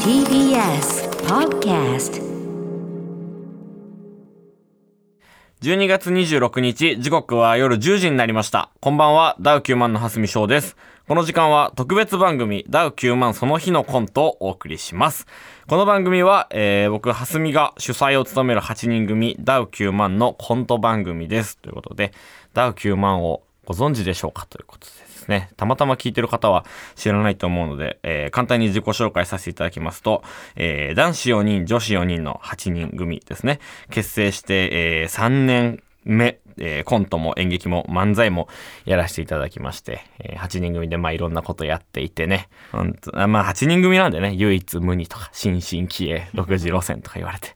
TBS Podcast 12月26日、時刻は夜10時になりました。こんばんは、ダウ9万の蓮見翔です。この時間は特別番組、ダウ9万その日のコントをお送りします。この番組は、えー、僕、蓮見が主催を務める8人組、ダウ9万のコント番組です。ということで、ダウ9万をご存知でしょうかということでですね。たまたま聞いてる方は知らないと思うので、えー簡単に自己紹介させていただきますと、えー男子4人、女子4人の8人組ですね。結成して、え3年目、えーコントも演劇も漫才もやらせていただきまして、えー8人組でまあいろんなことやっていてね、ほんとあまあ8人組なんでね、唯一無二とか、新進気鋭、独自路線とか言われて、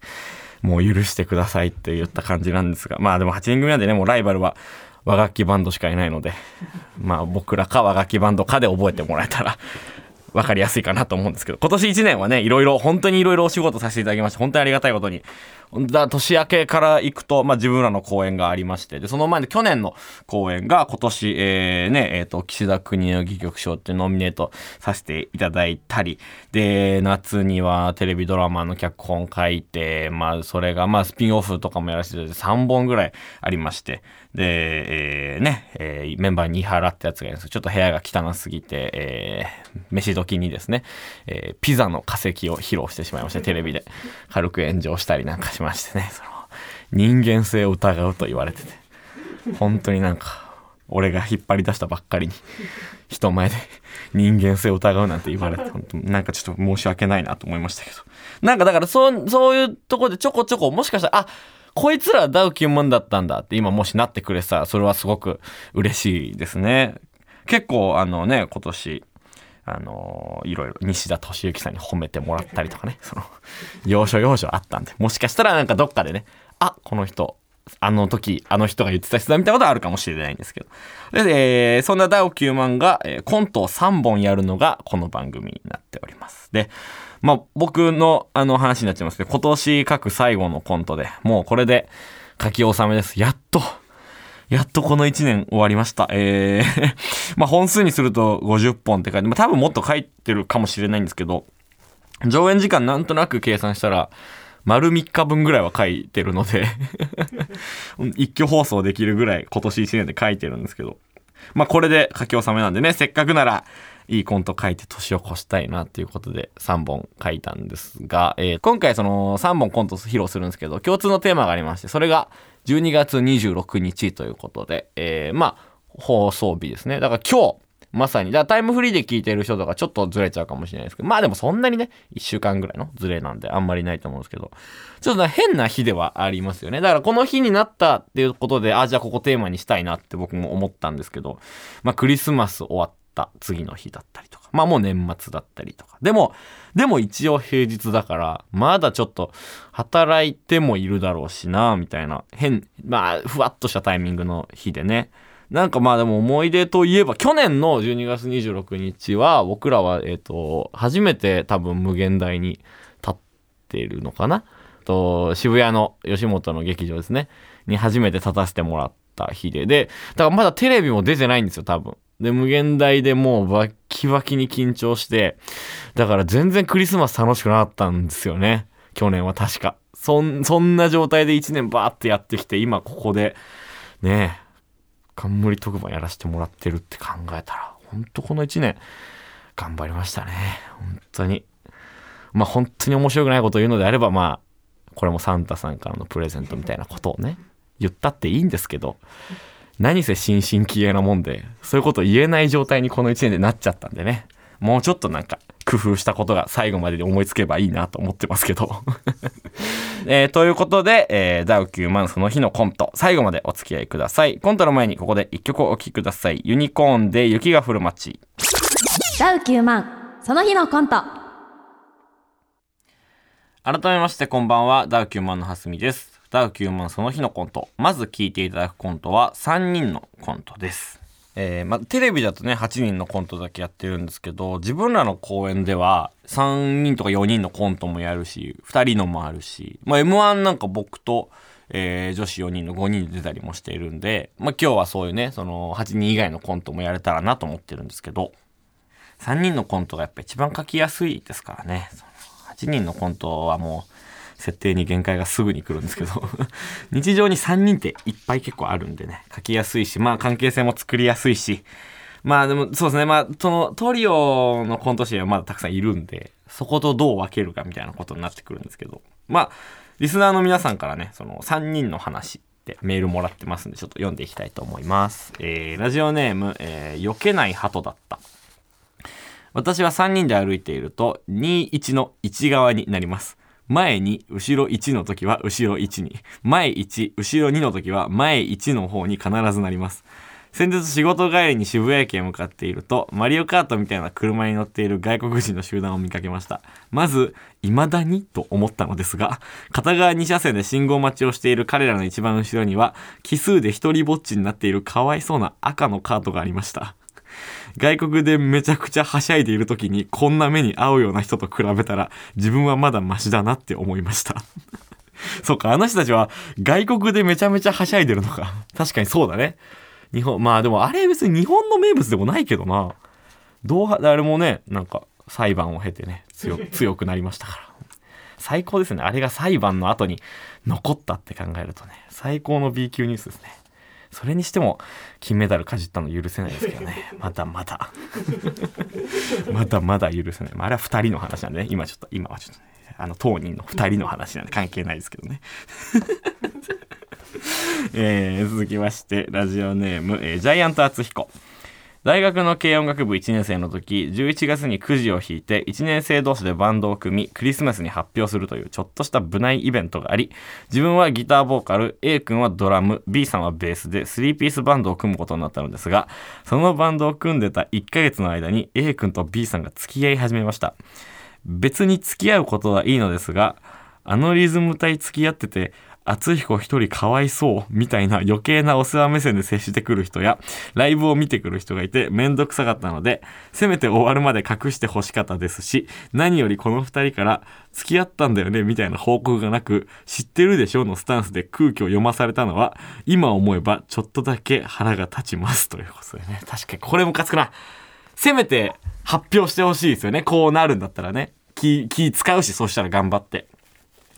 もう許してくださいって言った感じなんですが、まあでも8人組なんでね、もうライバルは和楽器バンドしかいないので、まあ僕らか和楽器バンドかで覚えてもらえたら、わかりやすいかなと思うんですけど、今年1年はね、いろいろ、本当にいろいろお仕事させていただきまして、本当にありがたいことに。ほんとだ年明けから行くと、まあ自分らの公演がありまして、で、その前の去年の公演が今年、えー、ね、えっ、と、岸田国の戯曲賞ってノミネートさせていただいたり、で、夏にはテレビドラマの脚本書いて、まあそれが、まあスピンオフとかもやらせていただいて、3本ぐらいありまして、で、えー、ね、えーメンバーに原ってやつがいるんですけどちょっと部屋が汚すぎて、えー、飯時にですね、えーピザの化石を披露してしまいまして、テレビで。軽く炎上したりなんかしましてね、その、人間性を疑うと言われてて。本当になんか、俺が引っ張り出したばっかりに、人前で人間性を疑うなんて言われて、本当なんかちょっと申し訳ないなと思いましたけど。なんかだから、そう、そういうところでちょこちょこ、もしかしたら、あこいつらダウ9万だったんだって今もしなってくれてたら、それはすごく嬉しいですね。結構あのね、今年、あのいろいろ西田敏行さんに褒めてもらったりとかね、その、要所要所あったんで、もしかしたらなんかどっかでね、あ、この人、あの時、あの人が言ってた人だみたいなことはあるかもしれないんですけど。で、えーそんなダオ9万が、えーコントを3本やるのがこの番組になっております。で、まあ、僕のあの話になっちゃいますけど、今年書く最後のコントで、もうこれで書き納めです。やっと。やっとこの1年終わりました。えー まあ本数にすると50本って書いて、まあ多分もっと書いてるかもしれないんですけど、上演時間なんとなく計算したら、丸3日分ぐらいは書いてるので、一挙放送できるぐらい今年1年で書いてるんですけど、まあこれで書き納めなんでね、せっかくならいいコント書いて年を越したいなっていうことで3本書いたんですが、えー今回その3本コント披露するんですけど、共通のテーマがありまして、それが12月26日ということで、えーまあ放送日ですね。だから今日、まさに。だからタイムフリーで聞いてる人とかちょっとずれちゃうかもしれないですけど、まあでもそんなにね、1週間ぐらいのずれなんであんまりないと思うんですけど、ちょっとな変な日ではありますよね。だからこの日になったっていうことで、あ、じゃあここテーマにしたいなって僕も思ったんですけど、まあクリスマス終わった次の日だったりとか、まあもう年末だったりとか。でも、でも一応平日だから、まだちょっと働いてもいるだろうしな、みたいな変、まあふわっとしたタイミングの日でね。なんかまあでも思い出といえば、去年の12月26日は、僕らは、えっ、と、初めて多分無限大に立ってるのかなと、渋谷の吉本の劇場ですね、に初めて立たせてもらった日で、で、だからまだテレビも出てないんですよ、多分。で、無限大でもうバッキバキに緊張して、だから全然クリスマス楽しくなかったんですよね。去年は確か。そん、そんな状態で1年バーってやってきて、今ここで、ねえ、冠特番やらせてもらってるって考えたら、ほんとこの1年、頑張りましたね。本当に。まあ本当に面白くないことを言うのであれば、まあ、これもサンタさんからのプレゼントみたいなことをね、言ったっていいんですけど、何せ心身気鋭なもんで、そういうことを言えない状態にこの1年でなっちゃったんでね、もうちょっとなんか、工夫したことが最後までに思いつけばいいなと思ってますけど。えーということで、えーダウ9万その日のコント、最後までお付き合いください。コントの前にここで一曲お聴きください。ユニコーンで雪が降る街。ダウ9万その日のコント改めましてこんばんはダウ9万のはすみですダウ9万その日のコントまず聞いていただくコントは3人のコントですえーま、テレビだとね8人のコントだけやってるんですけど自分らの公演では3人とか4人のコントもやるし2人のもあるし、まあ、m 1なんか僕と、えー女子4人の5人で出たりもしているんで、まあ、今日はそういうねその8人以外のコントもやれたらなと思ってるんですけど3人のコントがやっぱ一番書きやすいですからねその8人のコントはもう設定に限界がすぐに来るんですけど 日常に3人っていっぱい結構あるんでね書きやすいしまあ関係性も作りやすいしまあでもそうですねまあそのトリオのコント師はまだたくさんいるんでそことどう分けるかみたいなことになってくるんですけどまあリスナーの皆さんからねその3人の話ってメールもらってますんでちょっと読んでいきたいと思います、えーラジオネーム、えー避けない鳩だった私は3人で歩いていると21の1側になります前に後ろ1の時は後ろ1に前1後ろ2の時は前1の方に必ずなります先日仕事帰りに渋谷駅へ向かっているとマリオカートみたいな車に乗っている外国人の集団を見かけましたまず「未だに?」と思ったのですが片側2車線で信号待ちをしている彼らの一番後ろには奇数で一人ぼっちになっているかわいそうな赤のカートがありました外国でめちゃくちゃはしゃいでいる時にこんな目に遭うような人と比べたら自分はまだマシだなって思いました そうかあの人たちは外国でめちゃめちゃはしゃいでるのか確かにそうだね日本まあでもあれ別に日本の名物でもないけどなどうはあれもねなんか裁判を経てね強強くなりましたから最高ですねあれが裁判の後に残ったって考えるとね最高の B 級ニュースですねそれにしても金メダルかじったの許せないですけどねまだまだ まだまだ許せない、まあ、あれは2人の話なんでね今ちょっと今はちょっとねあの当人の2人の話なんで関係ないですけどね えー続きましてラジオネーム、えージャイアント厚彦大学の軽音楽部1年生の時11月にくじを引いて1年生同士でバンドを組みクリスマスに発表するというちょっとした部内イベントがあり自分はギターボーカル A 君はドラム B さんはベースで3ピースバンドを組むことになったのですがそのバンドを組んでた1ヶ月の間に A 君と B さんが付き合い始めました別に付き合うことはいいのですがあのリズム隊付き合ってて厚彦一人かわいそうみたいな余計なお世話目線で接してくる人やライブを見てくる人がいて面倒くさかったのでせめて終わるまで隠してほしかったですし何よりこの二人から付き合ったんだよねみたいな報告がなく知ってるでしょのスタンスで空気を読まされたのは今思えばちょっとだけ腹が立ちますということでね確かにこれムカつくなせめて発表してほしいですよねこうなるんだったらね気気使うしそうしたら頑張って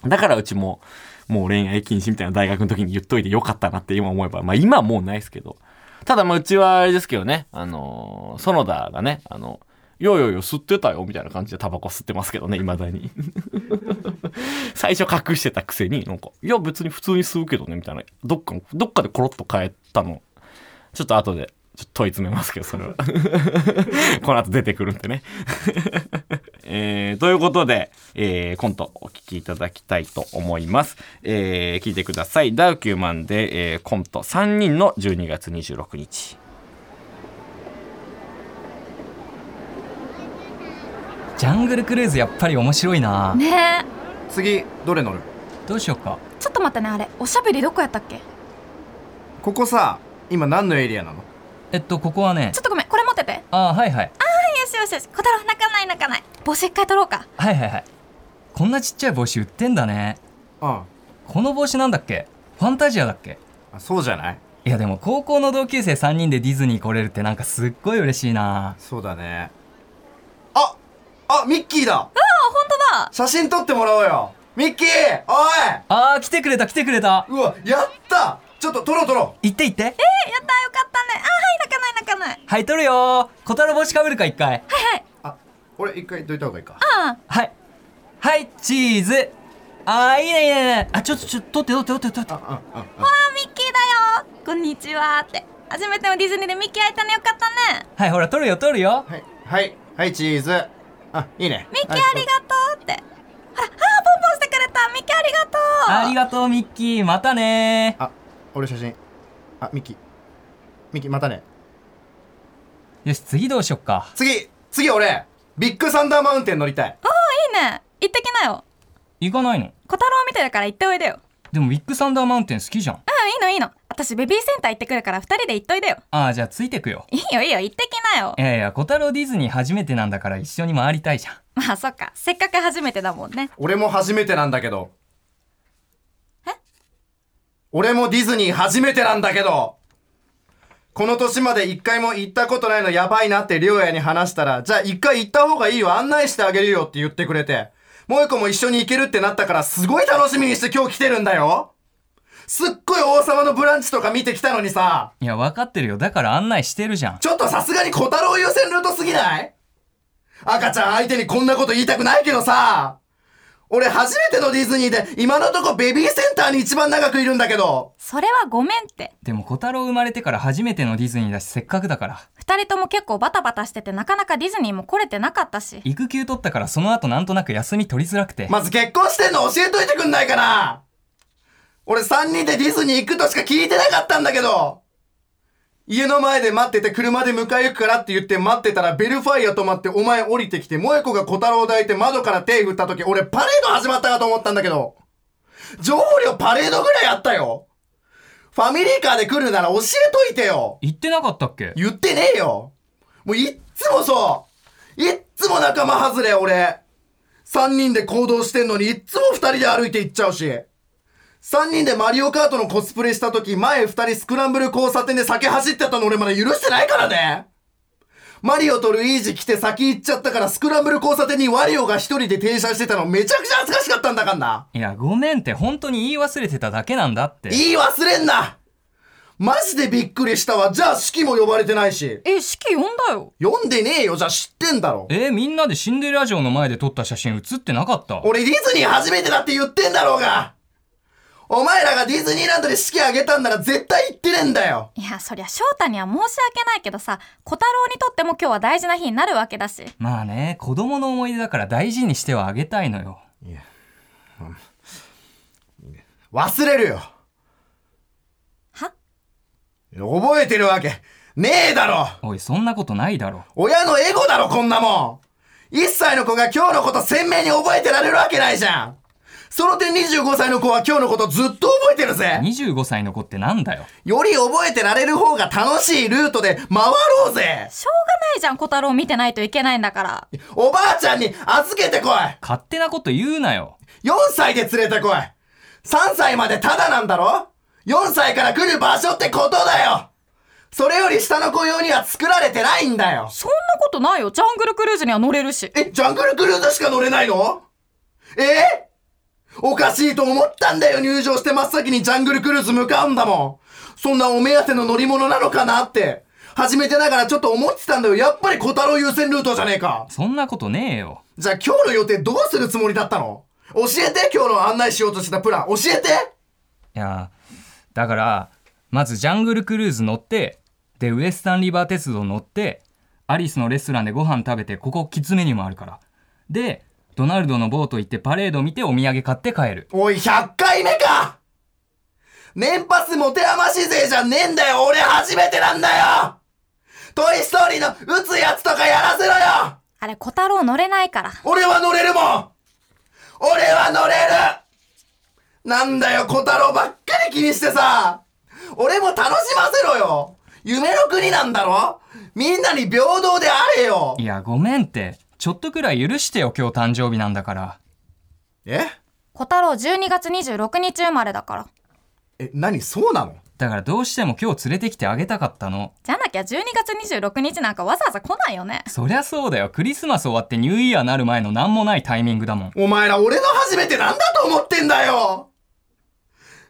だからうちも、もう恋愛禁止みたいな大学の時に言っといてよかったなって今思えば、まあ今はもうないですけど。ただまあうちはあれですけどね、あのー園田がね、あの、いやいやいや、吸ってたよみたいな感じでタバコ吸ってますけどね、未だに。 最初隠してたくせに、なんか、いや別に普通に吸うけどね、みたいな。どっか、どっかでコロッと変えたの。ちょっと後で、ちょっと問い詰めますけど、それは。この後出てくるんでね。 えーということで、えーコントお聞きいただきたいと思います。えー聞いてください。ダウキューマンで、えーコント3人の12月26日。ジャングルクルーズやっぱり面白いな、ねえ次どれ乗るどうしようかちょっと待ってねあれおしゃべりどこやったっけちょここさ今何のエリアなのえっとここはねっとごめんこれ持っててよあーはいはいしよしよし小太郎泣かない泣かない帽子一回取ろうかはいはいはいこんなちっちゃい帽子売ってんだねあこの帽子なんだっけファンタジアだっけあそうじゃないいやでも高校の同級生3人でディズニー来れるってなんかすっごい嬉しいなそうだねああミッキーだ本当だ写真撮ってもらおうよミッキーおいあー来てくれた来てくれたうわやったちょっと撮ろう撮ろ行って行ってえやったよかったねあはい泣かない泣かないはい取るよー小太郎帽子かぶるか一回うあ俺一回どいた方がいいかあはいはいチーズあーいいねいいねいいねあちょっとちょっと取って取って取って取ってあああああミッキーだよこんにちはって初めてのディズニーでミッキー会えたねよかったねはいほら取るよ取るよはいはいはいチーズあいいねミッキーあはいりがとうってほらあーポンポンしてくれたミッキーありがとうありがとうミッキーまたねーあ俺写真あミッキーミッキーまたねよし次どうしよっか次次俺ビッグサンダーマウンテン乗りたいいいね行ってきなよ行かないの小太郎みたいだから行っておいでよでもビッグサンダーマウンテン好きじゃんうんいいのいいの私ベビーセンター行ってくるから二人で行っといでよああじゃあついてくよいいよいいよ行ってきなよいやいや小太郎ディズニー初めてなんだから一緒に回りたいじゃんまあそっかせっかく初めてだもんね俺も初めてなんだけどえ俺もディズニー初めてなんだけどこの年まで一回も行ったことないのやばいなってりょうやに話したら、じゃあ一回行った方がいいよ、案内してあげるよって言ってくれて、萌子も一緒に行けるってなったからすごい楽しみにして今日来てるんだよすっごい王様のブランチとか見てきたのにさ、いや、分かってるよ。だから案内してるじゃん。ちょっとさすがに小太郎優先ルートすぎない赤ちゃん相手にこんなこと言いたくないけどさ、俺初めてのディズニーで今のとこベビーセンターに一番長くいるんだけど、それはごめんってでも、小太郎生まれてから初めてのディズニーだし、せっかくだから。二人とも結構バタバタしててなかなかディズニーも来れてなかったし育休取ったから、その後なんとなく休み取りづらくて。まず結婚してんの教えといてくんないかな俺3人でディズニー行くとしか聞いてなかったんだけど家の前で待ってて車で迎え行くからって言って待ってたらベルファイア止まってお前降りてきて萌子が小太郎抱いて窓から手振った時俺パレード始まったかと思ったんだけど情報量パレードぐらいあったよファミリーカーで来るなら教えといてよ言ってなかったっけ言ってねえよもういっつもそういっつも仲間外れ俺3人で行動してんのにいっつも2人で歩いて行っちゃうし3人でマリオカートのコスプレした時前2人スクランブル交差点で酒走ってたの俺まだ許してないからねマリオとルイージ来て先行っちゃったからスクランブル交差点にワリオが1人で停車してたのめちゃくちゃ恥ずかしかったんだかんないや、ごめんって、本当に言い忘れてただけなんだって。言い忘れんなマジでびっくりしたわじゃあ式も呼ばれてないしえ式呼んだよ読んでねえよじゃあ知ってんだろえーみんなでシンデレラ城の前で撮った写真写ってなかった俺ディズニー初めてだって言ってんだろうがお前らがディズニーランドで式あげたんなら絶対行ってねえんだよいやそりゃ翔太には申し訳ないけどさ小太郎にとっても今日は大事な日になるわけだしまあね、子供の思い出だから大事にしてはあげたいのよ。忘れるよは覚えてるわけねえだろおい、そんなことないだろ。親のエゴだろこんなもん1歳の子が今日のこと鮮明に覚えてられるわけないじゃんその点25歳の子は今日のことずっと覚えてるぜ25歳の子ってなんだよ。より覚えてられる方が楽しいルートで回ろうぜしょうがないじゃん小太郎見てないといけないんだからおばあちゃんに預けてこい勝手なこと言うなよ。 4歳で連れてこい !3 歳までタダなんだろ ?4 歳から来る場所ってことだよそれより下の子用には作られてないんだよそんなことないよジャングルクルーズには乗れるしえ、ジャングルクルーズしか乗れないのえおかしいと思ったんだよ入場して真っ先にジャングルクルーズ向かうんだもんそんなお目当ての乗り物なのかなって初めてながらちょっと思ってたんだよやっぱり小太郎優先ルートじゃねえかそんなことねえよ。じゃあ今日の予定どうするつもりだったの教えて今日の案内しようとしてたプラン教えていや、だから、まずジャングルクルーズ乗って、で、ウエスタンリバー鉄道乗って、アリスのレストランでご飯食べて、ここキッズメニューもあるから。で、ドナルドのボート行ってパレード見てお土産買って帰る。おい、100回目か年パス持て余し勢じゃねえんだよ俺初めてなんだよトイストーリーの撃つやつとかやらせろよあれ小太郎乗れないから俺は乗れるもん俺は乗れるなんだよ、小太郎ばっかり気にしてさ俺も楽しませろよ夢の国なんだろみんなに平等であれよいや、ごめんって。ちょっとくらい許してよ、今日誕生日なんだから。え小太郎12月26日生まれだからえ、何そうなのだからどうしても今日連れてきてあげたかったの。じゃなきゃ12月26日なんかわざわざ来ないよねそりゃそうだよ。クリスマス終わってニューイヤーなる前の何もないタイミングだもん。お前ら俺の初めてなんだと思ってんだよ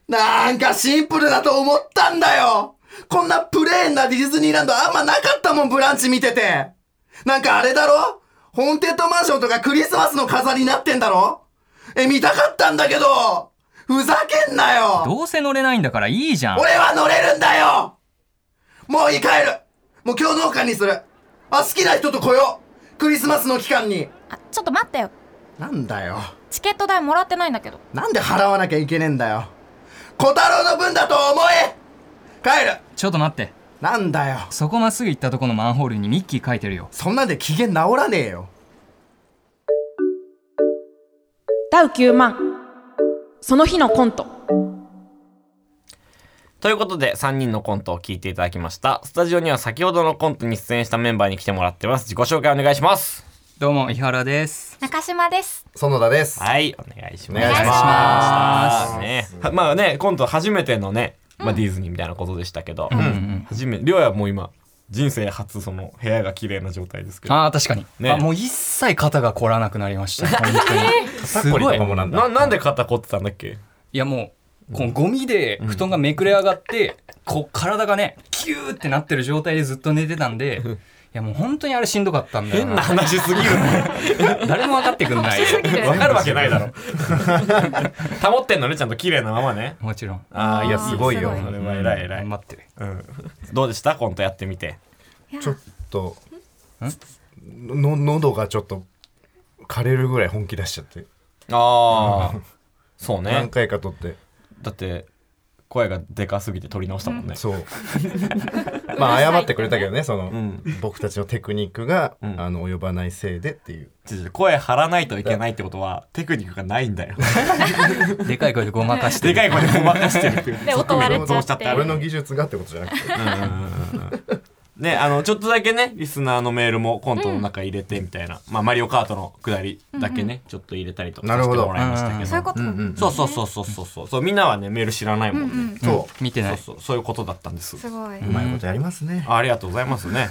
なんかシンプルだと思ったんだよこんなプレーンなディズニーランドあんまなかったもん、ブランチ見てて。なんかあれだろホーンテッドマンションとかクリスマスの飾りになってんだろえ、見たかったんだけどふざけんなよどうせ乗れないんだからいいじゃん。俺は乗れるんだよもういい帰るもう今日農家にするあ、好きな人と来ようクリスマスの期間にあちょっと待ってよなんだよチケット代もらってないんだけどなんで払わなきゃいけねえんだよ小太郎の分だと思え帰るちょっと待って。なんだよそこまっすぐ行ったとこのマンホールにミッキー書いてるよ。そんなんで機嫌治らねえよダウ9万その日のコントということで、3人のコントを聞いていただきました。スタジオには先ほどのコントに出演したメンバーに来てもらってます。自己紹介お願いします。どうも、伊原です。中島です園田ですはい、お願いします。お願いしますね、はまあね、コント初めてのね、まあ、ディズニーみたいなことでしたけど、ん初めて、りょうやもう今、人生初その部屋が綺麗な状態ですけどああ確かに、ねあもう一切肩が凝らなくなりました本当にすこりごといかもなんなだなんで肩凝ってたんだっけいやもうこのゴミで布団がめくれ上がって、こう体がねキューってなってる状態でずっと寝てた んでいやもう本当にあれしんどかったんだよ変なな話すぎる誰も分かってくんないわかるわけないだろ 保ってんのねちゃんと綺麗なままねもちろんああいやすごいよすそごいれは偉い偉い頑張ってるうんどうでしたコントやってみてちょっとの喉がちょっと枯れるぐらい本気出しちゃってああそう何ね回か撮ってだって声がでかすぎて取り直したもんね そうまあ謝ってくれたけどねその、ん僕たちのテクニックが、んあの及ばないせいでっていうちょちょ声張らないといけないってことはテクニックがないんだよ でかい声でごまかしてでかい声でごまかしてるっていうで音割れちゃそうしちゃっっててあ俺るの技術がってことじゃなくてね、あの、ちょっとだけね、リスナーのメールもコントの中入れてみたいな。まあ、マリオカートのくだりだけね、ちょっと入れたりとかなるさせほてどもらいましたけど。そういうこと、そうそうそうそうそうそう。そうみんなはね、メール知らないもんね。そ見てそなういそう、そういうことだったんです。すごいううまいことやりますねあありがとうございます ね。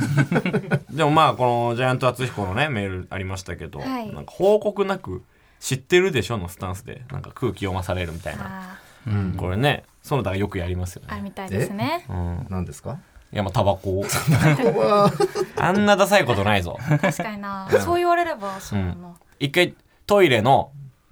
でもまあ、このジャイアント厚彦のね、メールありましたけど、はいなんか報告なく、知ってるでしょのスタンスで、なんか空気読まされるみたいな。あこれね、園田がよくやりますよーあね。みたいですねうん。何ですかいや、まあ、タバコを。あんなダサいことないぞ。確かになそう言われればそうだな、一回トイレの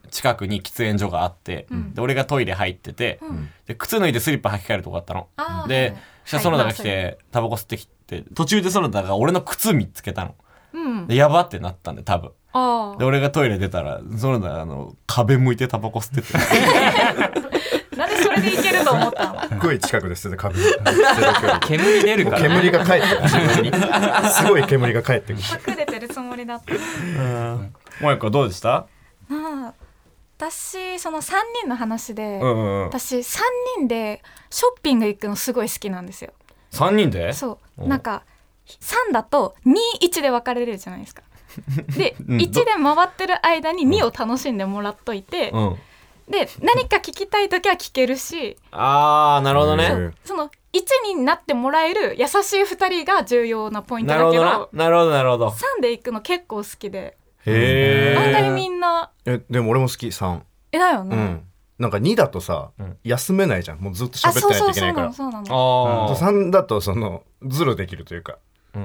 近くに喫煙所があって、で俺がトイレ入ってて、で靴脱いでスリッパ履き替えるとこあったのあ。ーで、そしたら園田が来て、タバコ吸ってきて、途中で園田が俺の靴見つけたの。うんで、やばってなったんで、多分。あで、俺がトイレ出たら、園田があの、壁向いてタバコ吸ってて。あ なんでそれでいけると思ったのすっごい近くです 株煙出るから煙が帰ってくるすごい煙が帰ってくる隠れてるつもりだったもう一個どうでしたなあ私その3人の話で、うんうんうん。私3人でショッピング行くのすごい好きなんですよ3人でそうおなんか3だと21で分かれるじゃない ですかで、ん1で回ってる間に2を楽しんでもらっといて、うん。で何か聞きたい時は聞けるしあー、なるほどうね。んその1になってもらえる優しい2人が重要なポイントなるだほけどなど。なるほど、なるほど。 3で行くの結構好きでへー。案外みんなえでも俺も好き3えだようね、んなんか2だとさ、休めないじゃんもうずっとあ喋ってそうないそというけそうなないからのそうなのあー。 3だとそのズルできるというか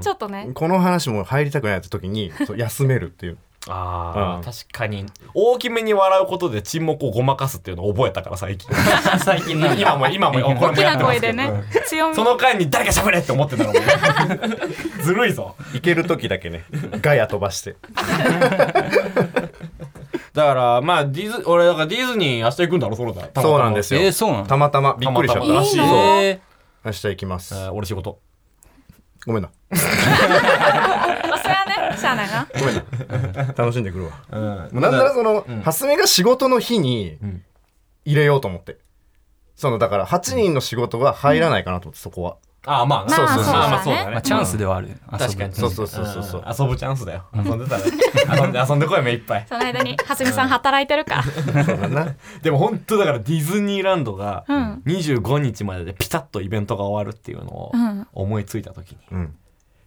ちょっとねこの話も入りたくないって時にそう休めるっていう ああ、うん確かに大きめに笑うことで沈黙をごまかすっていうのを覚えたから最近 最近なんだ今も 今もこれも大きやっなてます声けでどね強みその間に誰か喋れって思ってたのもずるいぞいける時だけねガヤ飛ばしてだからまあディズ俺だからディズニー明日行くんだろそのだそうなんですよえー、そうなのたまたまびっくりしちゃったたまたまらしいいいそうのえ明日行きますえー俺仕事ごめんなまあそれはねしゃあないなごめんな 楽しんでくるわうんもうなんならその、蓮見が仕事の日に入れようと思って。そのだから8人の仕事が入らないかなと思って、そこは。ああまあまあそうそうそうそうだねまあまあそうだーねまあ、チャンスではある、確かにそうそうそうそうそううん遊ぶチャンスだよ遊んでたら遊んで遊んでこい目いっぱいその間に蓮見さん働いてるからそうだな。でも本当だからディズニーランドがん25日まででピタッとイベントが終わるっていうのをうん思いついた時にうん。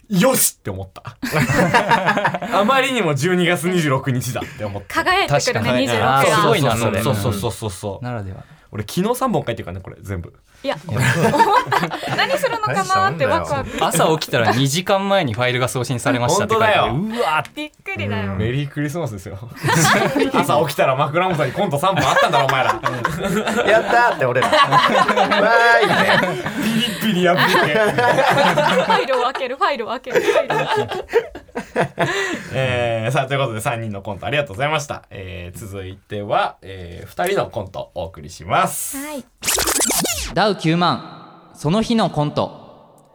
よしって思った。 あまりにも12月26日だって思った。輝いてくる確ねか26にが、あーすごいなそうそうそうそそれうそうそう。ならでは俺昨日3本書いてるからね、これ全部。いや思った何するのかなってワクワク朝起きたら2時間前にファイルが送信されましたって書いてある本うわびっくりだよ、メリークリスマスですよ。朝起きたら枕元にコント3本あったんだろ、お前ら。やったーって 俺ら。わーいね。ピリピリ破って。 ファイルを開けるファイルを開けるファイルを開けるえー、さあ、ということで3人のコントありがとうございました。えー、続いては、えー、2人のコントお送りします。はいダウ9万その日のコント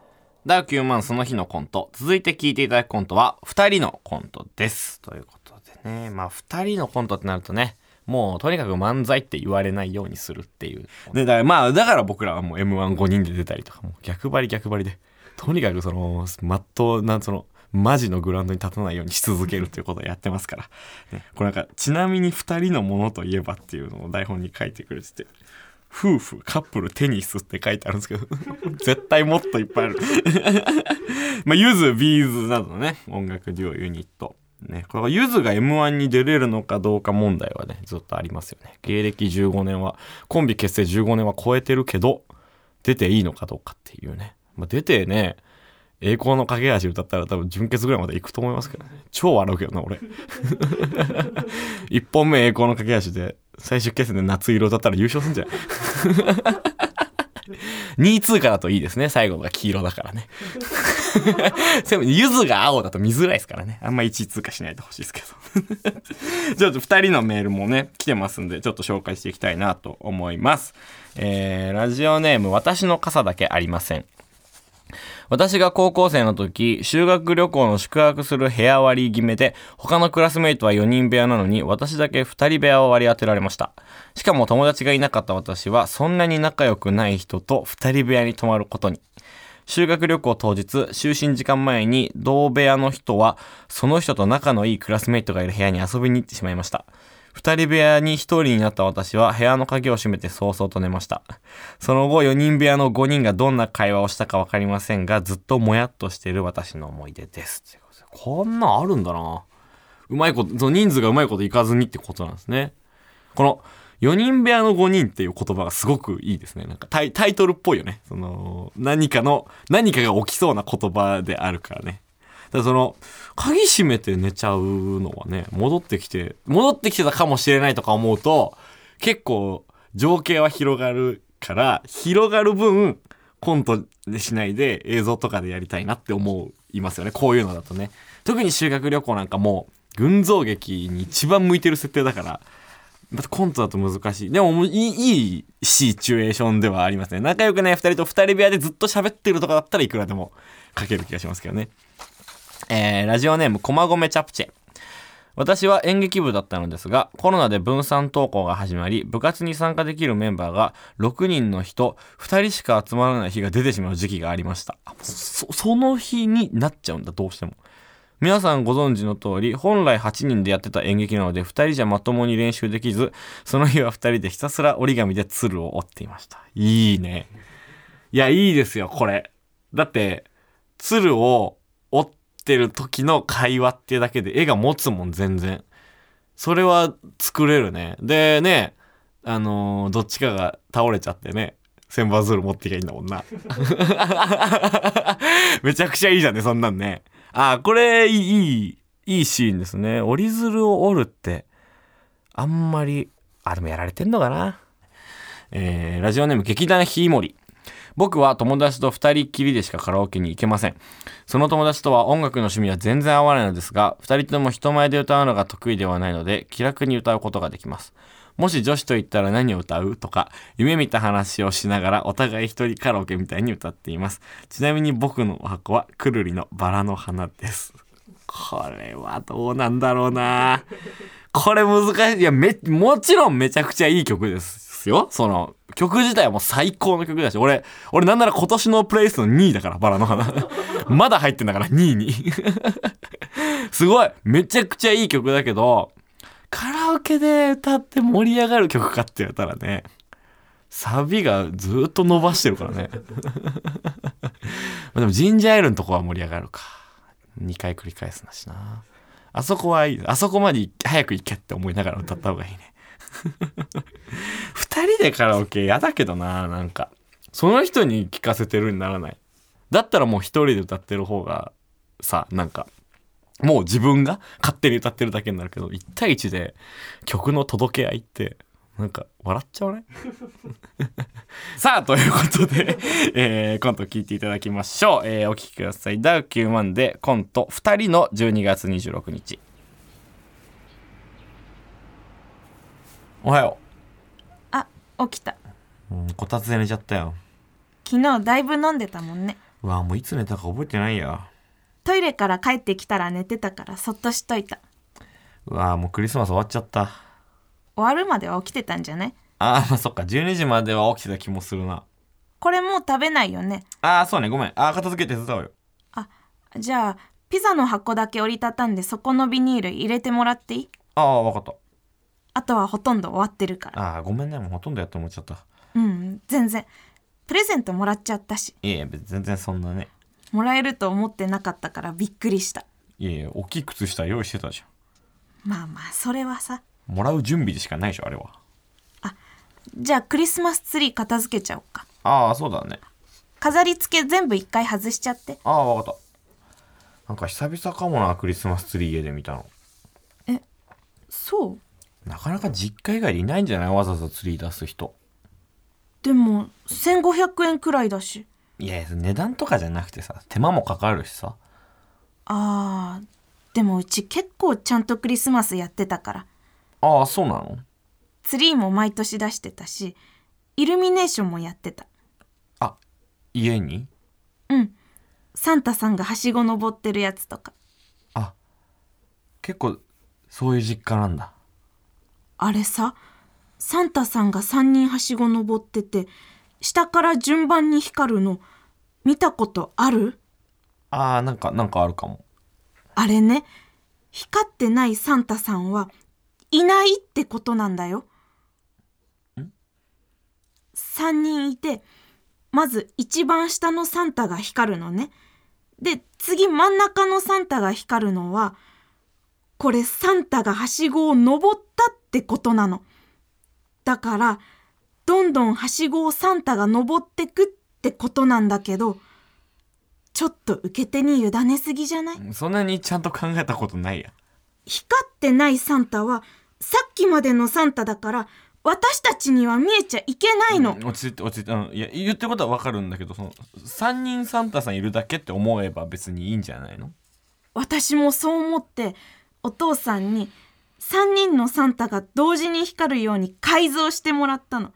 ダーキューマンその日のコント。続いて聞いていただくコントは、二人のコントです。ということでね、まあ二人のコントってなるとね、もうとにかく漫才って言われないようにするっていう。ね、だからまあ、だから僕らはもう M15 人で出たりとか、もう逆張り逆張りで、とにかくその、まっとうな、その、マジのグラウンドに立たないようにし続けるということをやってますから。ね、これなんか、ちなみに二人のものといえばっていうのを台本に書いてくれてて、夫婦、カップル、テニスって書いてあるんですけど、 絶対もっといっぱいある。 まあ、ゆず、ビーズなどのね、音楽デュオユニット。ね、これはゆずが M1 に出れるのかどうか問題はね、ずっとありますよね。芸歴15年は、コンビ結成15年は超えてるけど、出ていいのかどうかっていうね。まあ、出てね、栄光の架け橋歌ったら多分純潔ぐらいまで行くと思いますけどね。超笑うけどな、俺。 一本目栄光の架け橋で、最終決戦で夏色歌ったら優勝すんじゃない2位通過だといいですね。最後が黄色だからね。でも、ゆずが青だと見づらいですからね。あんま1位通過しないでほしいですけど。 ちょっと2人のメールもね、来てますんで、ちょっと紹介していきたいなと思います。えー、ラジオネーム、私の傘だけありません。私が高校生の時、修学旅行の宿泊する部屋割り決めで、他のクラスメイトは4人部屋なのに、私だけ2人部屋を割り当てられました。しかも友達がいなかった私は、そんなに仲良くない人と2人部屋に泊まることに。修学旅行当日、就寝時間前に同部屋の人は、その人と仲のいいクラスメイトがいる部屋に遊びに行ってしまいました。二人部屋に一人になった私は部屋の鍵を閉めて早々と寝ました。その後、四人部屋の五人がどんな会話をしたかわかりませんが、ずっともやっとしている私の思い出です。ということでこんなんあるんだな。うまいこと、その人数がうまいこといかずにってことなんですね。この、4人部屋の5人っていう言葉がすごくいいですね。なんかタイタイトルっぽいよね。その、何かの、何かが起きそうな言葉であるからね。ただその、鍵閉めて寝ちゃうのはね、戻ってきて、戻ってきてたかもしれないとか思うと、結構、情景は広がるから、広がる分、コントしないで映像とかでやりたいなって思いますよね。こういうのだとね。特に修学旅行なんかもう、群像劇に一番向いてる設定だから、またコントだと難しい。でももういい、いいシチュエーションではありますね。仲良くない二人と二人部屋でずっと喋ってるとかだったらいくらでも書ける気がしますけどね。えーラジオネーム、駒込チャプチェ。私は演劇部だったのですが、コロナで分散登校が始まり、部活に参加できるメンバーが6人の人、2人しか集まらない日が出てしまう時期がありました。あそ、その日になっちゃうんだ、どうしても。皆さんご存知の通り、本来8人でやってた演劇なので、2人じゃまともに練習できず、その日は2人でひたすら折り紙で鶴を折っていました。いいね。いや、いいですよ、これ。だって、鶴を折ってる時の会話ってだけで絵が持つもん、全然。それは作れるね。でね、あのーどっちかが倒れちゃってね、千羽鶴持ってきゃいいんだもんな。 めちゃくちゃいいじゃんね、そんなんね。あ、これ、いい、いいシーンですね。折り鶴を折るって、あんまり、あ、でもやられてんのかな。えーラジオネーム劇団ひいもり。僕は友達と二人きりでしかカラオケに行けません。その友達とは音楽の趣味は全然合わないのですが、二人とも人前で歌うのが得意ではないので、気楽に歌うことができます。もし女子と言ったら何を歌うとか、夢見た話をしながらお互い一人カラオケみたいに歌っています。ちなみに僕のお箱はくるりのバラの花です。これはどうなんだろうなこれ難しい。いや、め、もちろんめちゃくちゃいい曲ですよ。その、曲自体はもう最高の曲だし、俺、俺なんなら今年のプレイリストの2位だから、バラの花。 まだ入ってんだから、2位に。 すごいめちゃくちゃいい曲だけど、カラオケで歌って盛り上がる曲かって言ったらね、サビがずっと伸ばしてるからね。 まあでも、ジンジャーエールのとこは盛り上がるか。2回繰り返すなしな。あそこはいい。あそこまで早く行けって思いながら歌った方がいいね。 二人でカラオケ嫌だけどな、なんか。その人に聞かせてるにならない。だったらもう一人で歌ってる方が、さ、なんか、もう自分が勝手に歌ってるだけになるけど、一対一で曲の届け合いって、なんか笑っちゃわないさあ、ということで、 えー、コント聞いていただきましょう。えー、お聞きください。ダウ9万でコント二人の12月26日。おはよあ起きたう。うん、こたつで寝ちゃったよ。昨日だいぶ飲んでたもんねうわもういつ寝たか覚えてないやトイレから帰ってきたら寝てたからそっとしといたうわもうクリスマス終わっちゃった終わるまでは起きてたんじゃねあーまあそっか12時までは起きてた気もするなこれもう食べないよねああそうねごめんあー片付けて手伝おうよあじゃあピザの箱だけ折りたたんでそこのビニール入れてもらっていいああわかったあとはほとんど終わってるからああごめんねもうほとんどやってもらっちゃったうんうん全然プレゼントもらっちゃったしいやいや別に全然そんなねもらえると思ってなかったからびっくりしたいやいや大きい靴下用意してたじまあまあそれはさゃんもらう準備でしかないでしょあれはじゃあクリスマスツリー片付けちゃおうかああそうだね飾り付け全部一回外しちゃってああわかったなんか久々かもなクリスマスツリー家で見たのそうなかなか実家以外でいないんじゃないわざわざツリー出す人でも1500円くらいだしいやいや値段とかじゃなくてさ手間もかかるしさあーでもうち結構ちゃんとクリスマスやってたからああそうなのツリーも毎年出してたしイルミネーションもやってたあ家にサンタさんがはしご登ってるやつとか結構そういう実家なんだあれさサンタさんが3人はしご登ってて下から順番に光るの見たことあるああなんかなんかあるかもあれね光ってないサンタさんはいないってことなんだよ3人いてまず一番下のサンタが光るのねで次真ん中のサンタが光るのはこれサンタがはしごを登ったってことなのだからどんどんはしごをサンタが登ってくってことなんだけどちょっと受け手に委ねすぎじゃないそんなにちゃんと考えたことないや光ってないサンタはさっきまでのサンタだから私たちには見えちゃいけないうの、ん落ち着いて落ち着いて、うん、いや言ってることは分かるんだけどその3人サンタさんいるだけって思えば別にいいんじゃないの私もそう思ってお父さんに3人のサンタが同時に光るように改造してもらったの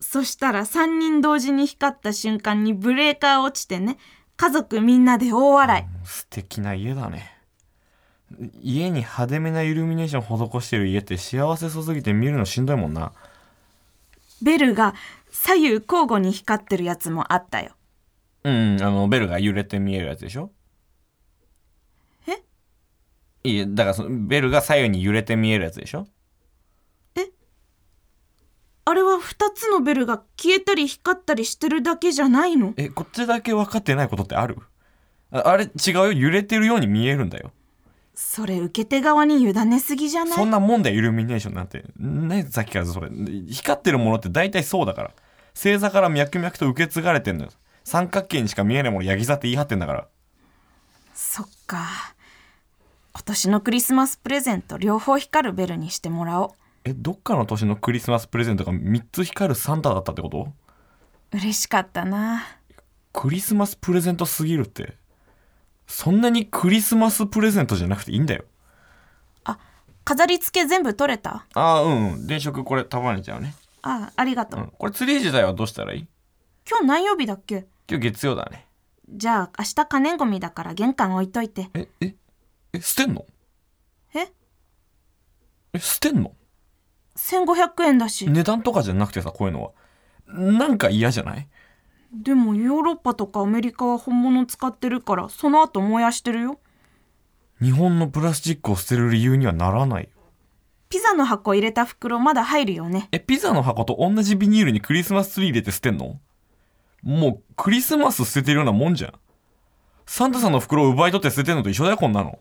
そしたら3人同時に光った瞬間にブレーカー落ちてね家族みんなで大笑素敵な家だね家に派手めなイルミネーション施してる家って幸せそうすぎて見るのしんどいもんないベルが左右交互に光ってるやつもあったようんあのベルが揺れて見えるやつでしょえいやだからそのベルが左右に揺れて見えるやつでしょあれは2つのベルが消えたり光ったりしてるだけじゃないのえこっちだけ分かってないことってあるああれ違うよ揺れてるように見えるんだよそれ受け手側に委ねすぎじゃないそんなもんだよイルミネーションなんてねさっきからそれ光ってるものって大体そうだから星座から脈々と受け継がれてんのよ三角形にしか見えないものヤギ座って言い張ってんだからそっか今年のクリスマスプレゼント両方光るベルにしてもらおうえどっかの年のクリスマスプレゼントが3つ光るサンタだったってこと嬉しかったなクリスマスプレゼントすぎるってそんなにクリスマスプレゼントじゃなくていいんだよ飾り付け全部取れたああうん、うん、電飾これ束ねちゃうね、あありがとうう、ん、これツリー自体はどうしたらいい今日何曜日だっけ今日月曜だねじゃあ明日可燃ゴミだから玄関置いといてえええ捨てんのええ捨てんの1500円だし、値段とかじゃなくてさこういうのはなんか嫌じゃないでもヨーロッパとかアメリカは本物使ってるからその後燃やしてるよ日本のプラスチックを捨てる理由にはならないよピザの箱入れた袋まだ入るよねえピザの箱と同じビニールにクリスマスツリー入れて捨てんのもうクリスマス捨ててるようなもんじゃんサンタさんの袋を奪い取って捨ててんのと一緒だよこんなの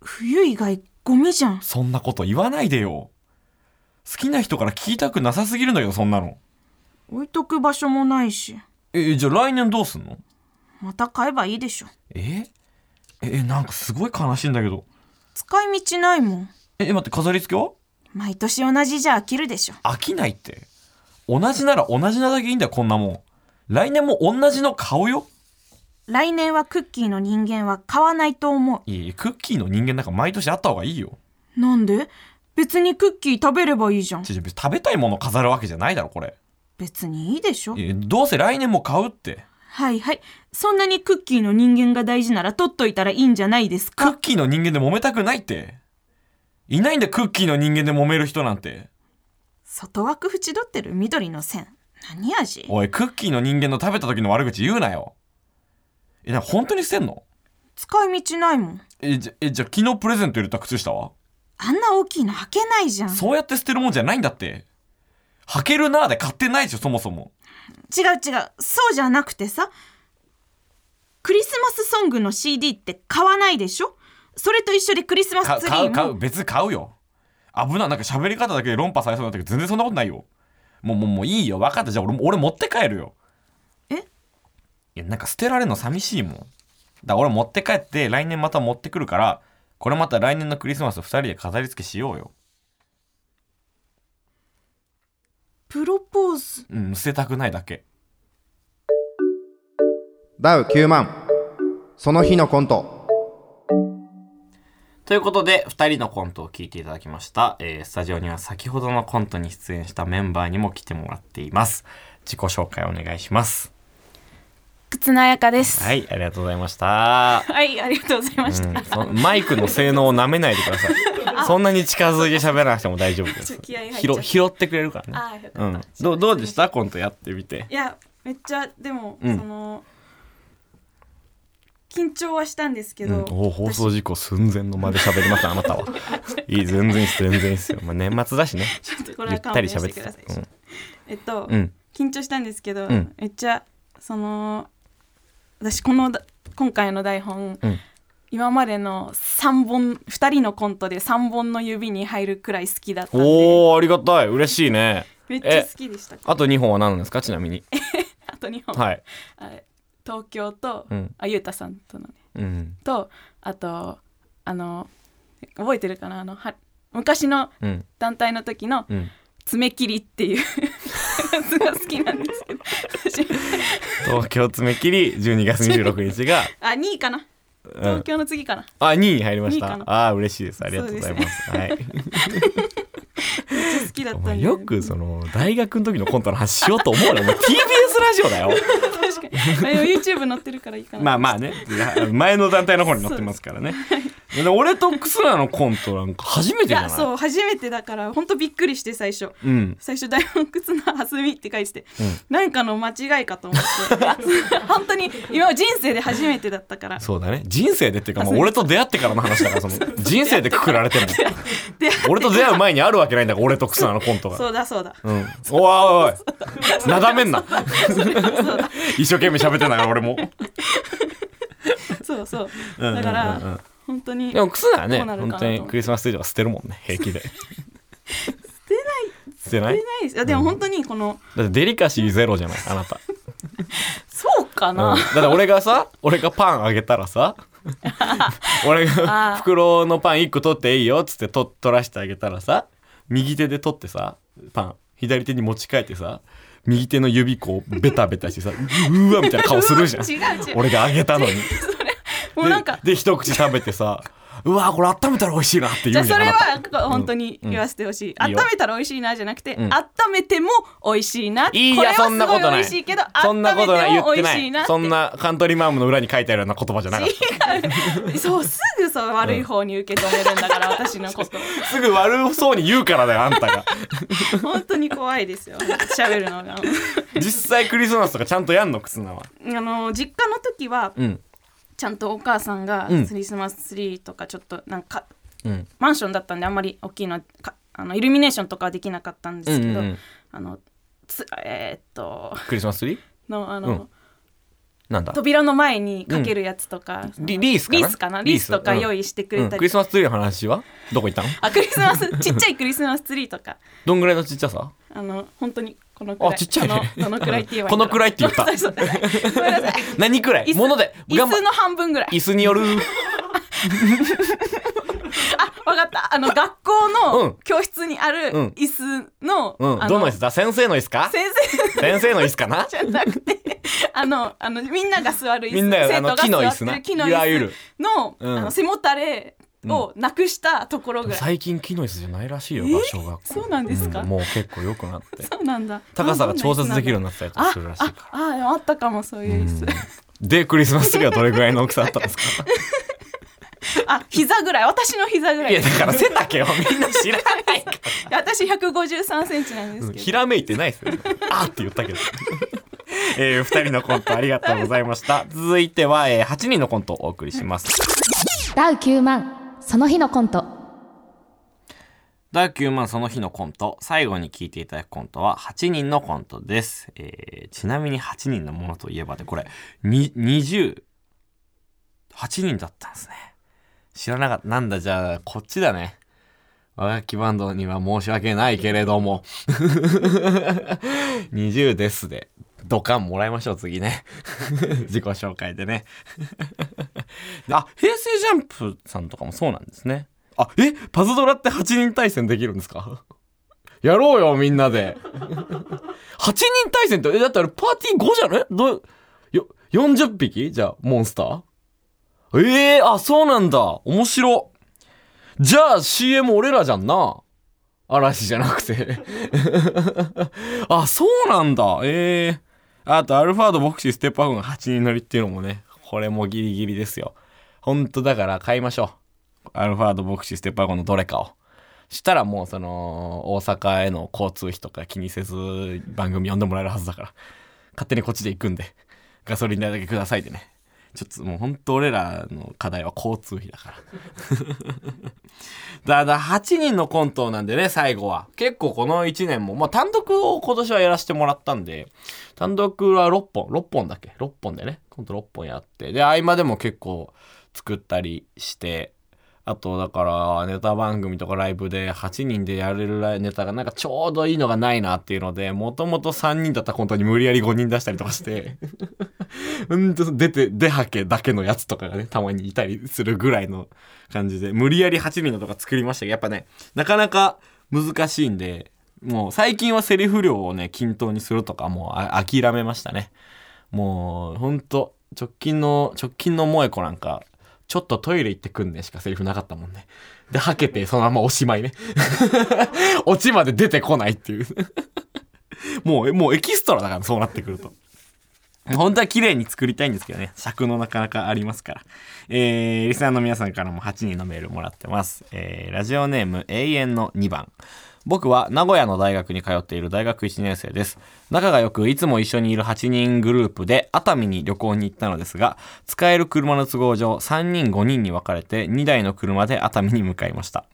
冬以外ゴミじゃんそんなこと言わないでよ好きな人から聞きたくなさすぎるんだけどそんなの置いとく場所もないしえじゃあ来年どうすんのまた買えばいいでしょええなんかすごい悲しいんだけど使い道ないもんえ待って飾り付けは毎年同じじゃ飽きるでしょ飽きないって同じなら同じなだけいいんだよこんなもん来年も同じの買おうよ来年はクッキーの人間は買わないと思いやクッキーの人間なんか毎年あった方がいいようなんで別にクッキー食べればいいじゃんちょちょ別に食べたいものを飾るわけじゃないだろこれ別にいいでしょいやどうせ来年も買うってはいはいそんなにクッキーの人間が大事なら取っといたらいいんじゃないですクッかキーの人間で揉めたくないっていないんだよクッキーの人間で揉める人なんて外枠縁取ってる緑の線何味おいクッキーの人間の食べた時の悪口言うなよえなんか本当に捨てんの使い道ないもんえじゃえじゃあ昨日プレゼント入れた靴下はあんな大きいの履けないじゃんそうやって捨てるもんじゃないんだって履けるなーで買ってないでしょ、そもそも。違う違うそうじゃなくてさクリスマスソングの CD って買わないでしょそれと一緒でクリスマかスツリー買もう、買う、別に買うよ。危ない、なんか喋り方だけで論破されそうになったけど、全然そんなことないよ。もう、もう、もういいよ、分かった。じゃあ俺も、俺持って帰るよ。えいや、なんか捨てられるの寂しいもん。だから俺持って帰って、来年また持ってくるから、これまた来年のクリスマス2人で飾り付けしようよ。プロポーズうん、捨てたくないだけ。ダウ9万その日のコントということで、二人のコントを聞いていただきました。えースタジオには先ほどのコントに出演したメンバーにも来てもらっています。自己紹介お願いします。忽那彩香ですはい、ありがとうございました。はいありがとうございまうんそマイクの性能を舐めないでください。そんなに近づいて喋らなくても大丈夫です。気合入っちゃ拾った拾ってくれるからね。あようん。どうどうでしたコントやってみて。いやめっちゃでも、うんその緊張はしたんですけうど、ん、お放送事故寸前の間で喋りますあな たはいい全然いいです全然いいですよ、まあ、年末だしねちょっとこれゆはっ勘たり弁し喋っててくたださい、えっうと、ん、うん、緊張したんですけど、うんめっちゃその私このだ今回の台本、うん今までの三本2人のコントで3本の指に入るくらい好きだったんでおーありがたい嬉しいねめっちゃ好きでしたあと2本は何なんですかちなみに。あと2本、はい。あ東京と、うんあゆうたさんとのねうん。とあとあの覚えてるかなあのは昔のうん。団体の時のうん。爪切りっ ていうやつが好きなんですけど私東京爪切り12月26日が、あ2位かなうん 東京の次かな、あ2位に入りました。二位かなああー嬉しいです。ありがとうございます。 はい。めっちゃ好きだおったん前でよくその大学の時のコントの話しようと思うね。お前 TBS ラジオだよ。 確かにあでも YouTube 載ってるからいいかな、まあまあね。前の団体の方に載ってますからね。で俺とクスラのコントなんか初めていじゃやないそう初めてだからほんとびっくりして最初うん。最初台本靴のはすみって書いてて、うんなんかの間違いかと思って 本当に今人生で初めてだったからそうだね。人生でっていうか、まあ、俺と出会ってからの話だから、その、人生でくくられても。出会って俺と出会う前にあるわけないんだから、俺とクスナのコントが。そうだそうだうん。おいおいおい。なだめんな。 一生懸命喋ってない俺も。そうそううんだかうんうんうんら本当にでも、クスナはね、どうなるか本なと当にクリスマスツリーとか捨てるもんね、平 気で。捨てない。捨てない出ないですいやでも本当にこのだってデリカシーゼロじゃない、あな た。そうかな、うん、だって俺がさ俺がパンあげたら さ俺が袋のパン1個取っていいよっつってと取らしてあげたらさ右手で取ってさパン左手に持ち替えてさ右手の指こうベタベタしてさうーわみたいな顔するじゃん 違う違う俺があげたのに もうなんかでで一口食べて さうわこれ温めたら美味しいなってじ言ゃあうじゃそんれあなは本当に言わせてほしい、うんいいよ温めたら美味しいなじゃなくて、ん温めても美味しいないいこれやはそんなことすごないい美味しいけどそんなことない言温っめてても美な味しいないってそんなカントリーマームの裏に書いてあるような言葉じゃなかっ そうすぐそう悪い方に受け止めるんだから、私のこと たすぐ悪そうに言うからだよあんたが本当に怖いですよ喋るのが実際クリスマスとかちゃんとやんの忽那はあの実家の時はうんちゃんとお母さんがうんクリスマスツリーとかちょっとなんかうんマンションだったんであんまり大きいのかあのイルミネーションとかはできなかったんですけど、うんうんうんあのつえーっとクリスマスツリーのあの、うんなんだ扉の前にかけるやつとか、リリースかなリースかなリースとか用意してくれうんたクり、リスマスツリーの話はどこ行ったのあクリスマス ちっちゃいクリスマスツリーとかどんぐらいのちっちゃさあの本当にこのくらいあちっちゃいねこのこのくらいって言われこのくらいって言ったそうそうごめんなさい何くらい椅子もので椅頑張子の半分ぐらい椅子によるわかったあの学校うのん教室にあるうん椅子の、うんあどの椅子だ先生の椅子か先先生の椅子かな生じゃなくて あのあのみんなが座る椅子みんながあの生徒が座っ木の椅子てなる木のいわゆ椅る子の,、うんあの背もたれをなくしたところぐらい、最近木の椅子じゃないらしいよえ小学校そうなんですかうもう結構良くなってそうなんだ高さが調節できるようのになったりとかするらしいかあああったかもそうらいう椅子、うんでクリスマスツリーはどれぐらいの大きさだったんですかあ膝ぐらい私の膝ぐらいいやだから背丈をみんな知らないから 私153センチなんですけどひらめいてないですよ、ね。あーって言ったけど。えー、二人のコントありがとうございました。続いては、えー、8人のコントをお送りします。ダウ9万その日のコントダークマンその日のコント、最後に聞いていただくコントは8人のコントです。えーちなみに8人のものといえばで、これ、に、20、8人だったんですね。知らなかった。なんだ、じゃあ、こっちだね。和楽器バンドには申し訳ないけれども。20ですで、ドカンもらいましょう、次ね。 自己紹介でね。あ、平成ジャンプさんとかもそうなんですね。あ、えパズドラって8人対戦できるんですか やろうよ、みんなで。8人対戦って、え、だってあれパーティー5じゃないどう、よ、40匹じゃあ、モンスターええー、あ、そうなんだ。面白。じゃあ CM 俺らじゃんな。嵐じゃなくて。あ、そうなんだ。ええあと、アルファード、ボクシー、ステップアフン8人乗りっていうのもね、これもギリギリですよ。ほんとだから買いましょう。アルファード、ボクシー、ステップアフンのどれかを。したらもうその、大阪への交通費とか気にせず番組呼んでもらえるはずだから。勝手にこっちで行くんで、ガソリン代だけくださいでね。ちょっともうほんと俺らの課題は交通費だから。だだ8人のコントなんでね最後は結構この1年もまあ単独を今年はやらせてもらったんで単独は6本6本だっけ6本でねコント6本やってで合間でも結構作ったりしてあとだからネタ番組とかライブで8人でやれるライネタがなんかちょうどいいのがないなっていうのでもともと3人だったコントに無理やり5人出したりとかして うんと出て出はけだけのやつとかがねたまにいたりするぐらいの感じで無理やり8人のとか作りましたけどやっぱねなかなか難しいんでもう最近はセリフ量をね均等にするとかもうあ諦めましたねもうほんと直近の直近の萌子なんかちょっとトイレ行ってくんねしかセリフなかったもんねではけてそのままおしまいねオチまで出てこないっていうもうもうエキストラだからそうなってくると 本当は綺麗に作りたいんですけどね。尺のなかなかありますから。えー、リスナーの皆さんからも8人のメールもらってます。えー、ラジオネーム永遠の2番。僕は名古屋の大学に通っている大学1年生です。仲が良くいつも一緒にいる8人グループで熱海に旅行に行ったのですが、使える車の都合上3人5人に分かれて2台の車で熱海に向かいました。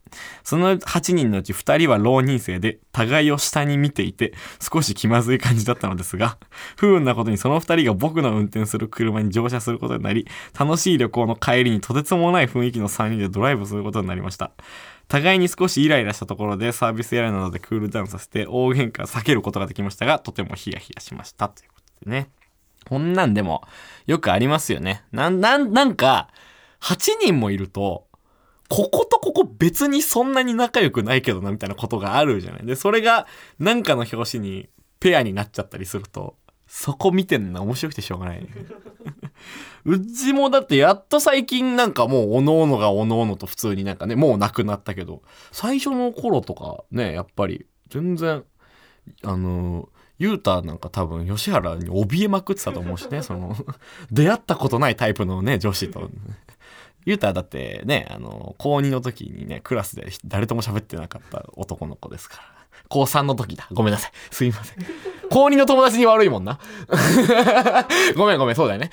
その8人のうち2人は浪人生で、互いを下に見ていて、少し気まずい感じだったのですが、不運なことにその2人が僕の運転する車に乗車することになり、楽しい旅行の帰りにとてつもない雰囲気の3人でドライブすることになりました。互いに少しイライラしたところでサービスエリアなどでクールダウンさせて大喧嘩を避けることができましたが、とてもヒヤヒヤしました。ということでね。こんなんでもよくありますよね。なん、なん、なんか、8人もいると、こことここ別にそんなに仲良くないけどなみたいなことがあるじゃない。で、それがなんかの表紙にペアになっちゃったりすると、そこ見てんの面白くてしょうがない。 うちもだってやっと最近なんかもうおのおのがおのおのと普通になんかね、もうなくなったけど、最初の頃とかね、やっぱり全然、あの、ゆうたなんか多分吉原に怯えまくってたと思うしね、その、出会ったことないタイプのね、女子と。ゆうたはだってね、あの、高2の時にね、クラスで誰とも喋ってなかった男の子ですから。高3の時だ。ごめんなさい。すいません。高2の友達に悪いもんな。ごめんごめん、そうだよね。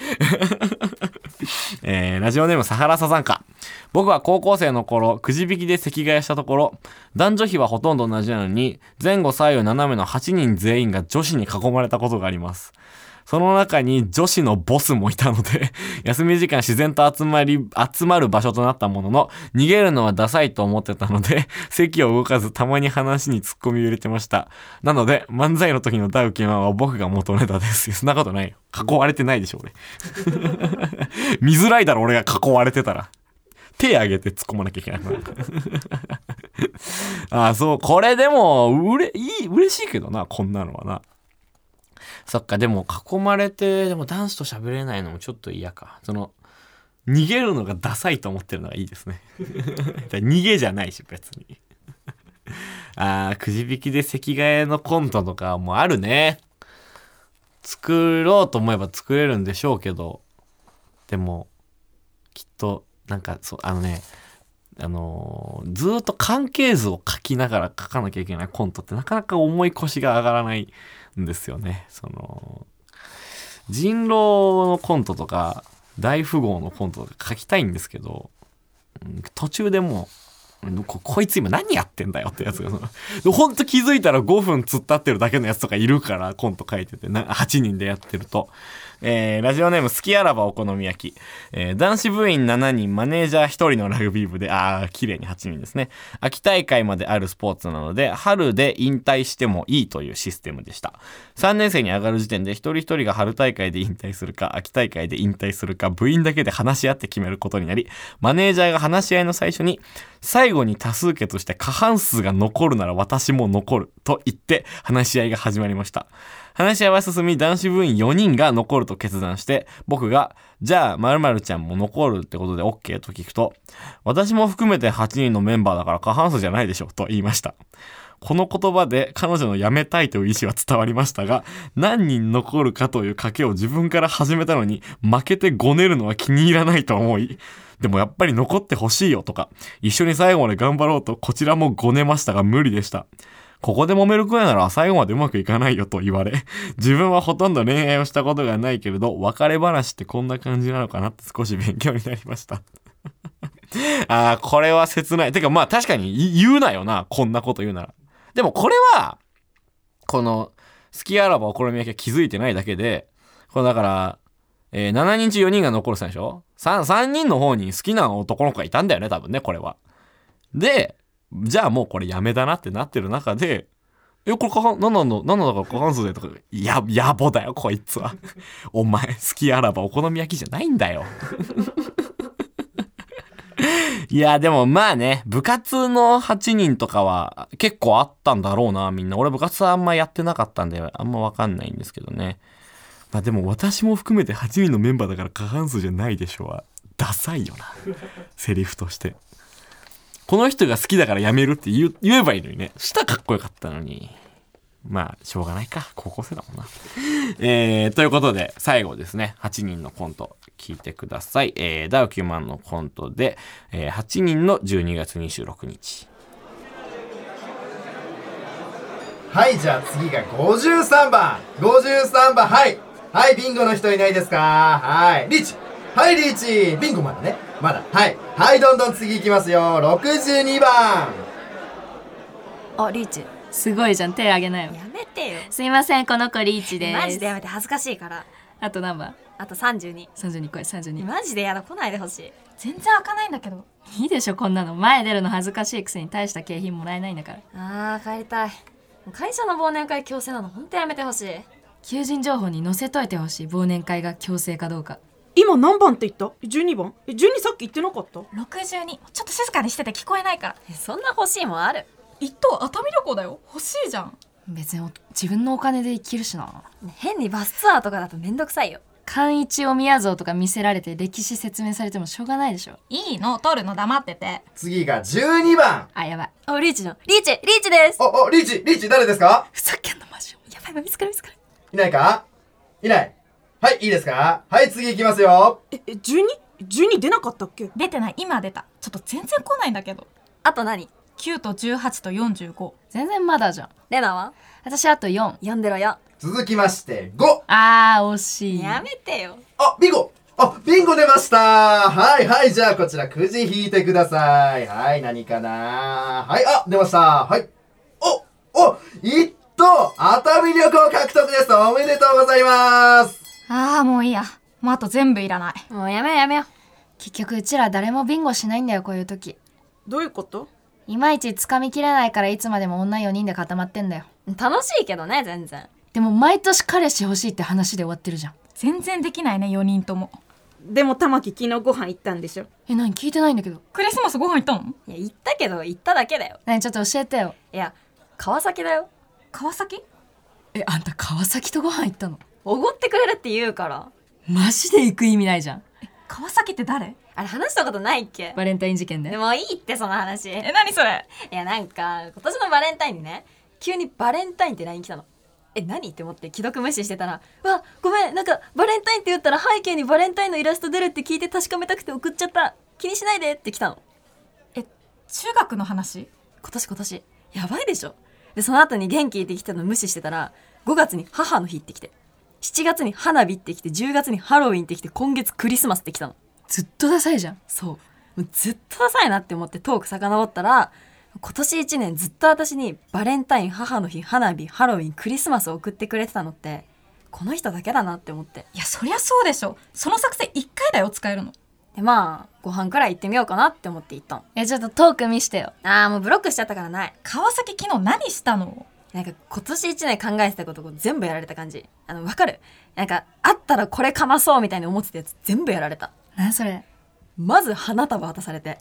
えーラジオネームサハラサさんか。僕は高校生の頃、くじ引きで席替えしたところ、男女比はほとんど同じなのに、前後左右斜めの8人全員が女子に囲まれたことがあります。その中に女子のボスもいたので、 休み時間自然と集まり、集まる場所となったものの、逃げるのはダサいと思ってたので、 席を動かずたまに話に突っ込みを入れてました。なので、漫才の時のダウキマンは僕が元ネタです。そんなことないよ。囲われてないでしょ、俺。見づらいだろ、俺が囲われてたら。手挙げて突っ込まなきゃいけない。 ああ、そう、これでも、うれ、いい、嬉しいけどな、こんなのはな。そっか、でも囲まれて、でも男子と喋れないのもちょっと嫌か。その、逃げるのがダサいと思ってるのがいいですね。 だから逃げじゃないし、別に。 あー、くじ引きで席替えのコントとかもあるね。作ろうと思えば作れるんでしょうけど、でも、きっと、なんか、そう、あのね、あのーずーっと関係図を書きながら書かなきゃいけないコントってなかなか重い腰が上がらないんですよね。その、人狼のコントとか、大富豪のコントとか書きたいんですけど、うん途中でもうここいつ今何やってんだよってやつがそのでほんと気づいたら5分突っ立ってるだけのやつとかいるからコント書いててな8人でやってると、えーラジオネーム好きあらばお好み焼き、えー男子部員7人マネージャー1人のラグビー部でああ綺麗に8人ですね秋大会まであるスポーツなので春で引退してもいいというシステムでした3年生に上がる時点で一人一人が春大会で引退するか秋大会で引退するか部員だけで話し合って決めることになりマネージャーが話し合いの最初に最後に多数決して過半数が残るなら私も残ると言って話し合いが始まりました話し合いは進み男子部員4人が残ると決断して僕が「じゃあ〇〇ちゃんも残るってことで OK」と聞くと「私も含めて8人のメンバーだから過半数じゃないでしょ」と言いましたこの言葉で彼女の辞めたいという意思は伝わりましたが、何人残るかという賭けを自分から始めたのに、負けてごねるのは気に入らないと思い、でもやっぱり残ってほしいよとか、一緒に最後まで頑張ろうとこちらもごねましたが無理でした。ここで揉めるくらいなら最後までうまくいかないよと言われ、自分はほとんど恋愛をしたことがないけれど、別れ話ってこんな感じなのかなって少し勉強になりました。 ああ、これは切ない。てかまあ確かに言言うなよな、こんなこと言うなら。でもこれは、この、好きあらばお好み焼きは気づいてないだけで、これだから、えー7人中4人が残るさでしょ 3, ?3 人の方に好きな男の子がいたんだよね、多分ね、これは。で、じゃあもうこれやめだなってなってる中で、え、これ過半、なんなんの、なんなんだから過半数でとか、や、野暮だよ、こいつは。 お前、好きあらばお好み焼きじゃないんだよ。いや、でもまあね、部活の8人とかは結構あったんだろうな、みんな。俺部活はあんまやってなかったんで、あんまわかんないんですけどね。まあでも私も含めて8人のメンバーだから過半数じゃないでしょうは、ダサいよな。セリフとして。この人が好きだからやめるって言う言えばいいのにね。したかっこよかったのに。まあ、しょうがないか。高校生だもんな。 えー、ということで、最後ですね、8人のコント聞いてください。えー、ダウ9万のコントで、えー8人の12月26日。はい、じゃあ次が53番。53番、はい。はい、ビンゴの人いないですかはい。リーチ。はい、リーチ。ビンゴまだね。まだ。はい。はい、どんどん次いきますよ。62番。あリーチすごいじゃん手あげなよやめてよすいませんこの子リーチですマジでやめて恥ずかしいからあと何番あと32 ?32 声32マジでやだ来ないでほしい全然開かないんだけどいいでしょこんなの前出るの恥ずかしいくせに大した景品もらえないんだからあー帰りたいもう会社の忘年会強制なのほんとやめてほしい求人情報に載せといてほしい忘年会が強制かどうか今何番って言った ?12 番え ?12 さっき言ってなかった62ちょっと静かにしてて聞こえないからえそんな欲しいもんある一等熱海旅行だよ欲しいじゃん別にお自分のお金で生きるしなね変にバスツアーとかだとめんどくさいよ寛一お宮像とか見せられて歴史説明されてもしょうがないでしょいいの取るの黙ってて次が12番。あやばいあリーチのリーチリーチですお、お、リーチ、リーチ誰ですかふざけんなマジやばいやばい見つかる見つかるいないかいない。はい、いいですかはい、次いきますよ。え、え 12?12 出なかったっけ出てない今出たちょっと全然来ないんだけどあと何9と18と45全然まだじゃんレナは私あと4呼んでろよ続きまして5。あー惜しいやめてよあ、ビンゴあ、ビンゴ出ましたはいはい、じゃあこちらくじ引いてください。はい、何かなはい、あ、出ましたはい。お、お、一等熱海旅行獲得ですおめでとうございますああもういいやもうあと全部いらないもうやめようやめよう結局うちら誰もビンゴしないんだよこういう時どういうこといまいちつかみきれないからいつまでも女4人で固まってんだよ楽しいけどね全然でも毎年彼氏欲しいって話で終わってるじゃん全然できないね4人ともでも玉木昨日ご飯行ったんでしょえ何聞いてないんだけどクリスマスご飯行ったのいや行ったけど行っただけだよ何ちょっと教えてよいや川崎だよ川崎えあんた川崎とご飯行ったのおごってくれるって言うからマジで行く意味ないじゃん川崎って誰あれ話したことないっけバレンタイン事件ででもいいってその話いえ何それやなんか今年のバレンタインにね急にバレンタインって LINE 来たのえ何って思って既読無視してたら「うわごめんなんかバレンタインって言ったら背景にバレンタインのイラスト出るって聞いて確かめたくて送っちゃった気にしないで」って来たのえ中学の話今年今年やばいでしょでその後に元気って来たの無視してたら5月に母の日って来て7月に花火って来て10月にハロウィンって来て今月クリスマスって来たのずっとダサいじゃんそうもうずっとダサいなって思ってトーク遡ったら今年1年ずっと私にバレンタイン母の日花火ハロウィンクリスマスを送ってくれてたのってこの人だけだなって思っていやそりゃそうでしょその作戦1回だよ使えるのでまあご飯くらい行ってみようかなって思って行ったのえちょっとトーク見してよああもうブロックしちゃったからない川崎昨日何したのなんか今年1年考えてたことを全部やられた感じあのわかるなんかあったらこれかまそうみたいに思ってたやつ全部やられた何それまず花束渡されて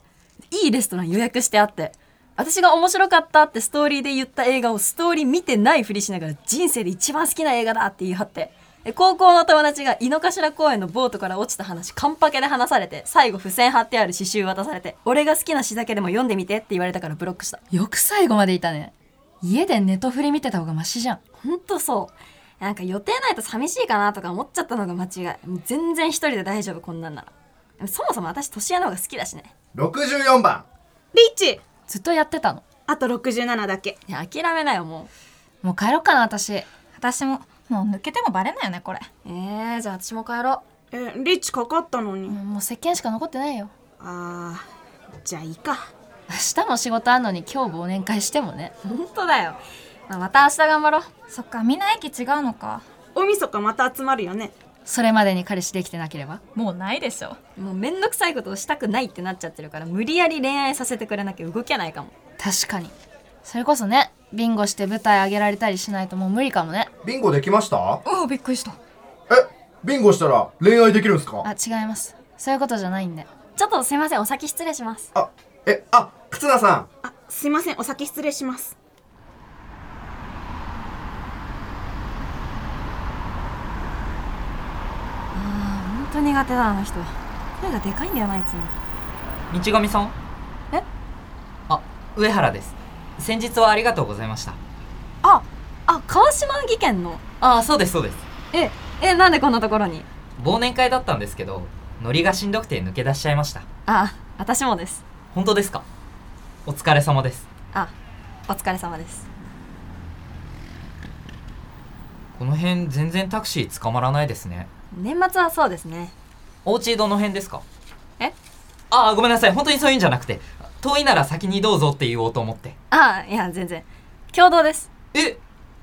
いいレストラン予約してあって私が面白かったってストーリーで言った映画をストーリー見てないふりしながら人生で一番好きな映画だって言い張ってで高校の友達が井の頭公園のボートから落ちた話カンパケで話されて最後付箋貼ってある刺繍渡されて俺が好きな詩だけでも読んでみてって言われたからブロックしたよく最後までいたね家でネトフリ見てた方がマシじゃんほんとそうなんか予定ないと寂しいかなとか思っちゃったのが間違いもう全然一人で大丈夫こんなんならでもそもそも私年上の方が好きだしね64番リーチずっとやってたのあと67だけいや諦めなよももう帰ろっかな私私ももう抜けてもバレないよねこれうえー、じゃあ私も帰ろえリーチかかったのにもう石鹸しか残ってないよあーじゃあいいか明日も仕事あんのに今日忘年会してもねうほんとだよ、まあまた明日頑張ろうそっかみんな駅違うのか大晦日また集まるよねそれまでに彼氏できてなければもうないでしょもうめんどくさいことをしたくないってなっちゃってるから無理やり恋愛させてくれなきゃ動けないかも確かにそれこそねビンゴして舞台上げられたりしないともう無理かもねビンゴできましたおおびっくりしたえビンゴしたら恋愛できるんですかあ違いますそういうことじゃないんでちょっとすいませんお先失礼しますあえあ忽那さんあすいませんお先失礼しますほんと苦手だあの人声がでかいんだよないつも道上さんえあ上原です先日はありがとうございましたああ川島技研のああそうですそうですええなんでこんなところに忘年会だったんですけどノリがしんどくて抜け出しちゃいましたあ私もです本当ですかお疲れ様ですあお疲れ様ですこの辺全然タクシー捕まらないですね年末はそうですねお家どの辺ですかえああごめんなさい本当にそういうんじゃなくて遠いなら先にどうぞって言おうと思ってあいや全然共同ですえ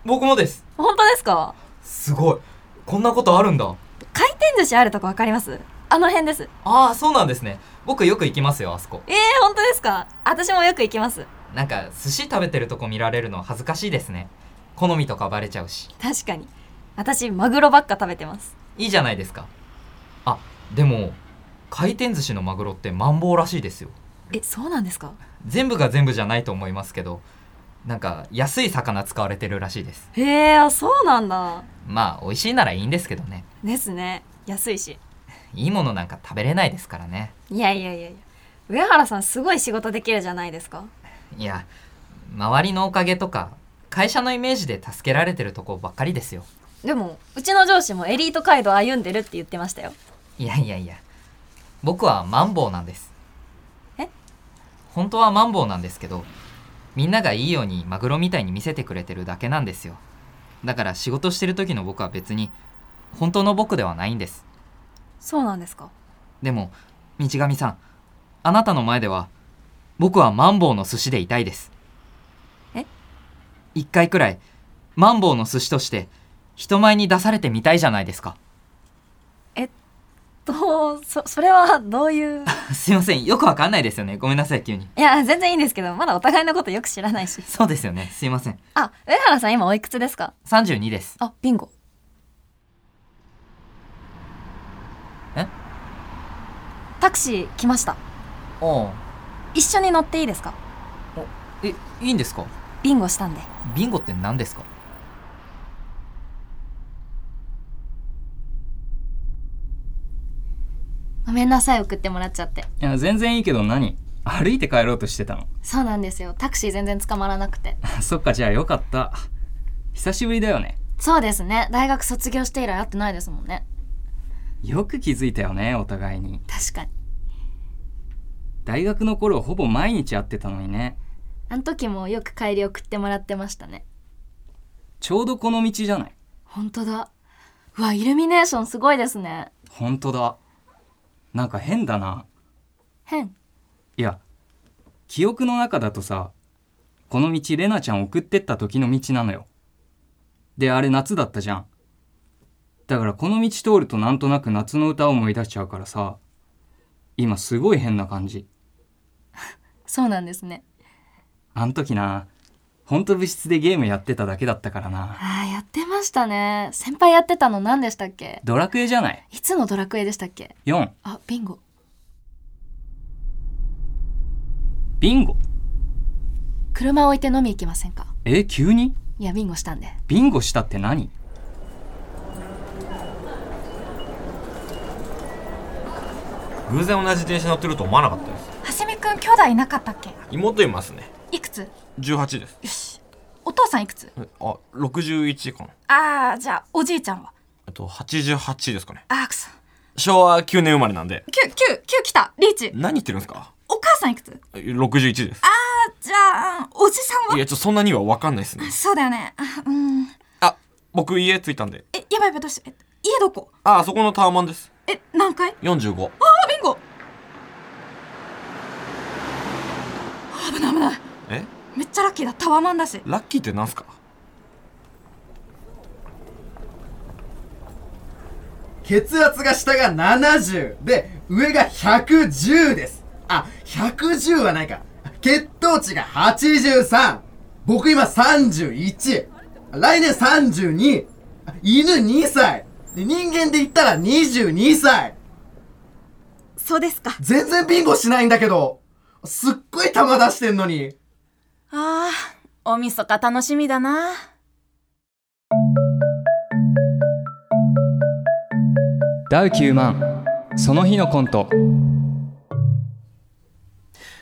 僕もです本当ですかすごいこんなことあるんだ回転寿司あるとこわかりますあの辺ですああそうなんですね僕よく行きますよあそこえー、本当ですか私もよく行きますなんか寿司食べてるとこ見られるの恥ずかしいですね好みとかバレちゃうし確かに私マグロばっか食べてますいいじゃないですかあでも回転寿司のマグロってマンボウらしいですよえそうなんですか全部が全部じゃないと思いますけどなんか安い魚使われてるらしいですへえあそうなんだまあ美味しいならいいんですけどねですね安いしいいものなんか食べれないですからねいやいやいやいや上原さんすごい仕事できるじゃないですかいや周りのおかげとか会社のイメージで助けられてるとこばっかりですよでもうちの上司もエリート街道歩んでるって言ってましたよいやいやいや僕はマンボウなんですえ本当はマンボウなんですけどみんながいいようにマグロみたいに見せてくれてるだけなんですよだから仕事してる時の僕は別に本当の僕ではないんですそうなんですかでも道上さんあなたの前では僕はマンボウの寿司でいたいですえ一回くらいマンボウの寿司として人前に出されてみたいじゃないですか とそそれはどういうすいませんよくわかんないですよねごめんなさい急に いや全然いいんですけどまだお互いのことよく知らない しそうですよねすいませんあ上原さん今おいくつですか32ですあビンゴえタクシー来ましたお一緒に乗っていいですかえいいんですかビンゴしたんでビンゴって何ですかごめんなさい送ってもらっちゃっていや全然いいけど何歩いて帰ろうとしてたの そうなんですよタクシー全然捕まらなくてそっかじゃあよかった久しぶりだよねそうですね大学卒業して以来会ってないですもんねよく気づいたよねお互いに確かに大学の頃ほぼ毎日会ってたのにねあの時もよく帰り送ってもらってましたねちょうどこの道じゃない本当だうわイルミネーションすごいですねほんとだなんか変だな変いや記憶の中だとさこの道レナちゃん送ってった時の道なのよであれ夏だったじゃんだからこの道通るとなんとなく夏の歌を思い出しちゃうからさ今すごい変な感じそうなんですねあん時なほんと部室でゲームやってただけだったからなあーやってましたね先輩やってたの何でしたっけドラクエじゃないいつのドラクエでしたっけ4あビンゴビンゴ車置いて飲み行きませんかえ急にいやビンゴしたんでビンゴしたって何偶然同じ電車乗ってると思わなかったですはしみくん兄弟いなかったっけ妹いますねいくつ18ですよしお父さんいくつあ61かなあーじゃあおじいちゃんはえっと88ですかねあーくそ昭和9年生まれなんで9 9 9来たリーチ何言ってるんですかお母さんいくつ61ですあーじゃあおじさいんはやちょっとそんなには分かんないですねそうだよねあうん僕家着いたんでえやばいやばいどうしえ家どこああそこのタワマンですえ何階45あービンゴ危ない危ないえめっちゃラッキーだタワマンだしラッキーってなんすか血圧が下が70で上が110ですあ110はないか血糖値が83僕今31来年32犬2歳で人間で言ったら22歳そうですか全然ビンゴしないんだけどすっごい球出してんのにああ、おみそか楽しみだな。ダウ9万その日のコント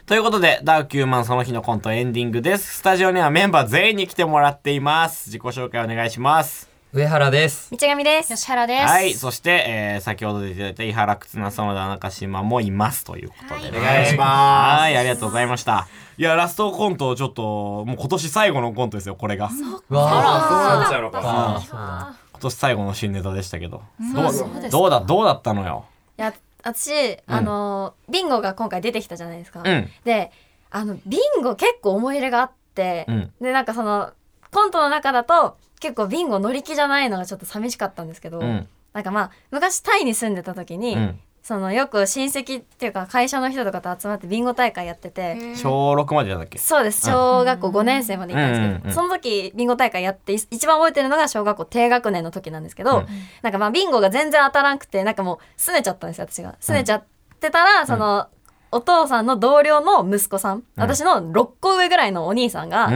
ということで、ダウ9万その日のコントエンディングです。スタジオにはメンバー全員に来てもらっています。自己紹介お願いします。上原です。道上です吉原ですはい、そして、えー、先ほど出ていただいた伊原忽那園田中島もいますということで、はいお願いしますはい、ありがとうございました。いや、ラストコント、ちょっと、もう今年最後のコントですよ、これが。わそうなっちゃう のか。今年最後の新ネタでしたけどうん。どそうですかうどうだ、どうだったのよ。いや私あの、ビンゴが今回出てきたじゃないですか、うんであのビンゴ結構思い入れがあって、うんでなんかそのコントの中だと結構ビンゴ乗り気じゃないのがちょっと寂しかったんですけど、うんなんかまあ昔タイに住んでた時に、うんそのよく親戚っていうか会社の人とかと集まってビンゴ大会やってて小6までだっけそうです小学校5年生まで行ったんですけど、うんうんうんその時ビンゴ大会やってい一番覚えてるのが小学校低学年の時なんですけど、うんなんかまあビンゴが全然当たらんくてなんかもう拗ねちゃったんですよ私が拗ねちゃってたら、そのお父さんの同僚の息子さん、私の6個上ぐらいのお兄さんが、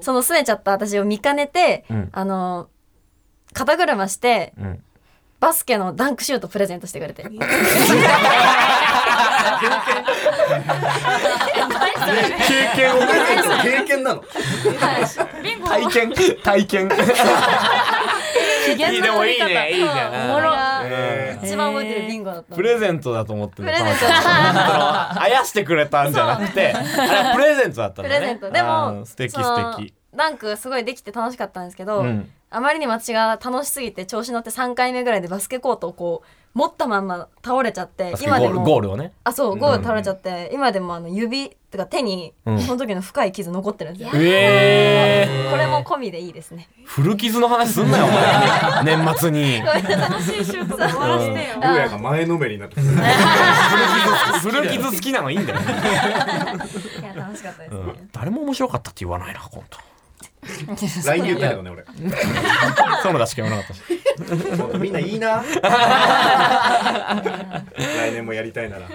その拗ねちゃった私を見かねて、うんあの肩車してうん。バスケのダンクシュートプレゼントしてくれて。経験を経験なの体験体験いいでもいいねいいねおもろうん一番覚えてるビンゴだったプレゼントだと思ってプるレゼントあやしてくれたんじゃなくてあれはプレゼントだったプんレだねゼントであもー素敵そ素の敵ダンクすごいできて楽しかったんですけど、うんあまりにも私が楽しすぎて調子乗って3回目ぐらいでバスケコートをこう持ったまんま倒れちゃってバスケ今でゴーもルゴールをねあそうゴール倒れちゃって、今でもあの指とか手に、うんその時の深い傷残ってるんですよ、えーこれも込みでいいですね古傷の話すんなよお前年末 に楽しいシュート終わらせてよが前のめりになって古傷好きなのいいんだよいや楽しかったです、うん誰も面白かったって言わないなコント LINE で言ったけどね 俺その出しか言わなかったし本当みんないいな 来年もやりたいなら。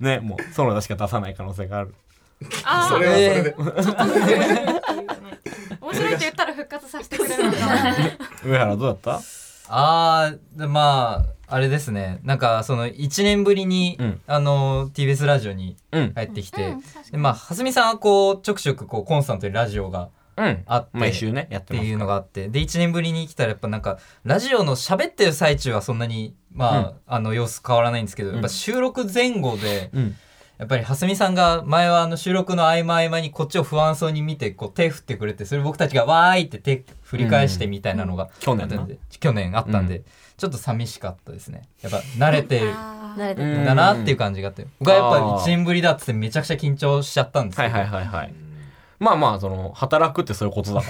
ねもう園田しか出さない可能性があるあーそれはそれで面白いって言ったら復活させてくれるの か上原どうだっあーまああれですねなんかその1年ぶりに、あの TBS ラジオに帰ってきて、でまあ蓮見さんはこうちょくちょくこうコンスタントにラジオがうんあって、毎週ねやってますからっていうのがあってで1年ぶりに来たらやっぱなんかラジオの喋ってる最中はそんなにまあ、うんあの様子変わらないんですけど、やっぱ収録前後で、うんやっぱり蓮見さんが前はあの収録の合間合間にこっちを不安そうに見てこう手振ってくれてそれ僕たちがわーいって手振り返してみたいなのが去年去年あったんでちょっと寂しかったですねやっぱ慣れてる慣れてだなっていう感じがあって僕はやっぱ1年ぶりだっつってめちゃくちゃ緊張しちゃったんですはいはいはいはいまあまあその働くってそういうことだか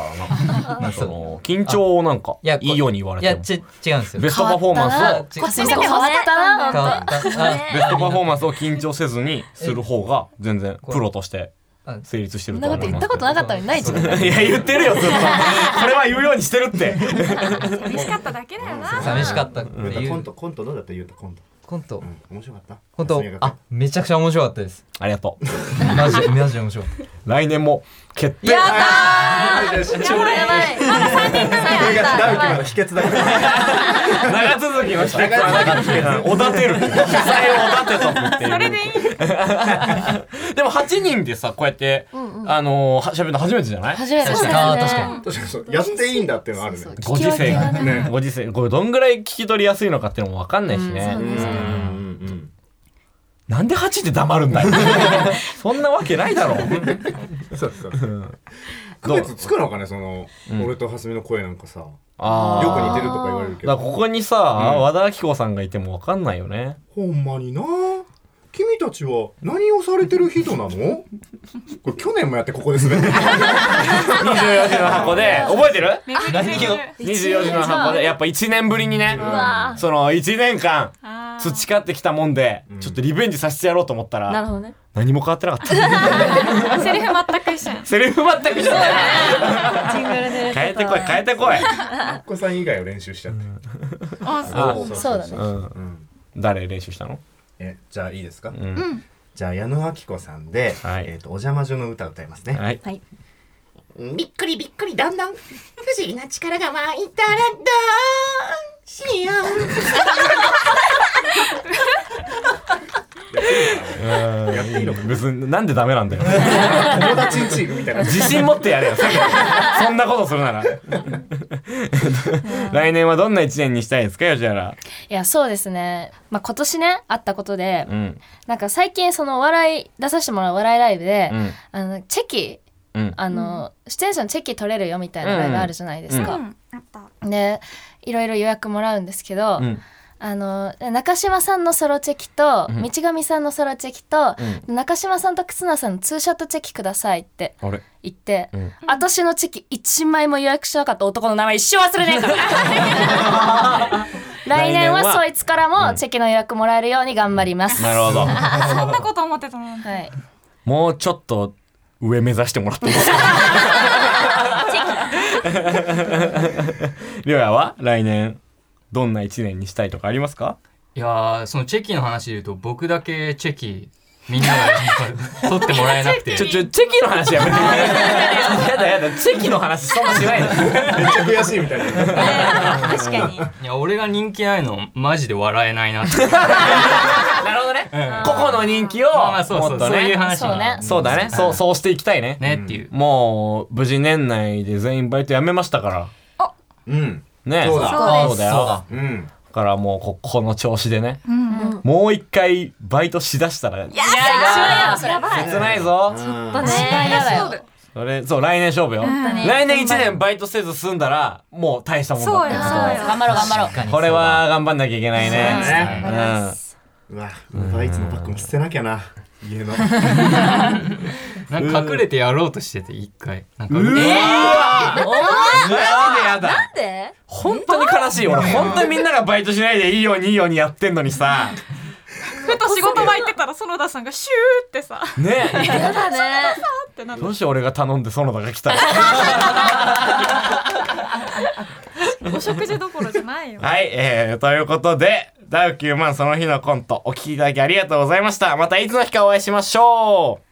ら なその緊張をなんかいいように言われいやてち違うんですよベストパフォーマンスを蓮見さん変わったな変わった本当あベストパフォーマンスを緊張せずにする方が全然プロとして成立してそるんとな思こいまとす言ったことなかったのにないじゃんいや言ってるよずっ とこれは言うようにしてるって寂しかっただけだよな寂しかったってゆいうたコうントコントどうだったゆうたコントコントうん面白かった本当休みがあめちゃくちゃ面白かったですありがとうマジマジで面白い来年も決定やったーやばいやばいまだ三人こ組れがダウキマやっンの秘訣だから長続きの秘訣はおだてる被災をおだてとくっていうでも8人でさこうやってうんうんあのーは喋るの初めてじゃない初めてですねあー確かに確かにそうやっていいんだっていうのあるねご時世がねご時世これどんぐらい聞き取りやすいのかっていうのも分かんないしねうんそうですうねんうんなんで8で黙るんだよ そんなわけないだろそうそう区別つくのかねその俺と蓮見の声なんかさよあーく似てるとか言われるけだどからここにさうん和田アキ子さんがいても分かんないよ ねほんまにな君たちは何をされてる人なのこれ去年もやってここですね24時の箱で覚えてる何を24時の箱でやっぱ1年ぶりにねわその1年間培ってきたもんでちょっとリベンジさせてやろうと思ったなるらほどね何も変わってなか ったたセリフ全く一緒やんセリフ全く一緒だジングルねで変えてこい変えてこいアッコさん以外を練習しちゃってああそうだねうん誰練習したのえじゃあいいですか、んじゃあ矢野明子さんで、えっ、とお邪魔女の歌歌いますねはい はいびっくりびっくりだんだん不思議な力が湧いたらだーんしよやっていいの別になんでダメなんだよ友達んチームみたいな自信持ってや れよさっきそんなことするなら来年はどんな一年にしたいですか吉原いやそうですね、まあ、今年ねあったことで、うんなんか最近そのお笑い出させてもらうお笑いライブで、うんあのチェキうんあの、出演者のチェキ取れるよみたいなライブあるじゃないですか。うんでいろいろ予約もらうんですけど、うんあの中島さんのソロチェキと、うん道上さんのソロチェキと、中島さんと忽那さんのツーショットチェキくださいってあれ言って、うん私のチェキ一枚も予約しなかった男の名前一生忘れねえから 来年はそいつからもチェキの予約もらえるように頑張ります、なるほど そんなこと思ってたの はいもうちょっと上目指してもらって いいですかりょうやは来年どんな一年にしたいとかありますか いやーそのチェキの話で言うと僕だけチェキみんな が取ってもらえなくてちょちょチェキの話 やめてやだやだチェキの話そんなしないのめっちゃ悔しいみたいな確かにいや俺が人気ないのマジで笑えない なっなてるほどね、個々の人気をまあまあそうそうもっとねそういう話もそうねそうだねそうそうしていきたいねねっていうもう無事年内で全員バイト辞めましたからうんねそうだそうだよそうだうんだからもうここの調子でねうんうんもう一回バイトしだしたらいやだそれはやだ切ないぞばい一番嫌だよそれそう来年勝負よ本当に来年1年バイトせず済んだらもう大したもんだそうよそうよ頑張ろう頑張ろうこれは頑張んなきゃいけないそうですねねうわバイツのパックも捨てなきゃな家の なんか隠れてやろうとしてて一回なんかうわえーお前マジでやだんで本当に悲しい俺本当にみんながバイトしないでいいようにいいようにやってんのにさふと仕事場行ってたら園田さんがシューってさねえやだねってなるどうして俺が頼んで園田が来たのお食事どころじゃないよ はい、えー、ということで、ダウ9万その日のコント、お聞きいただきありがとうございました。またいつの日かお会いしましょう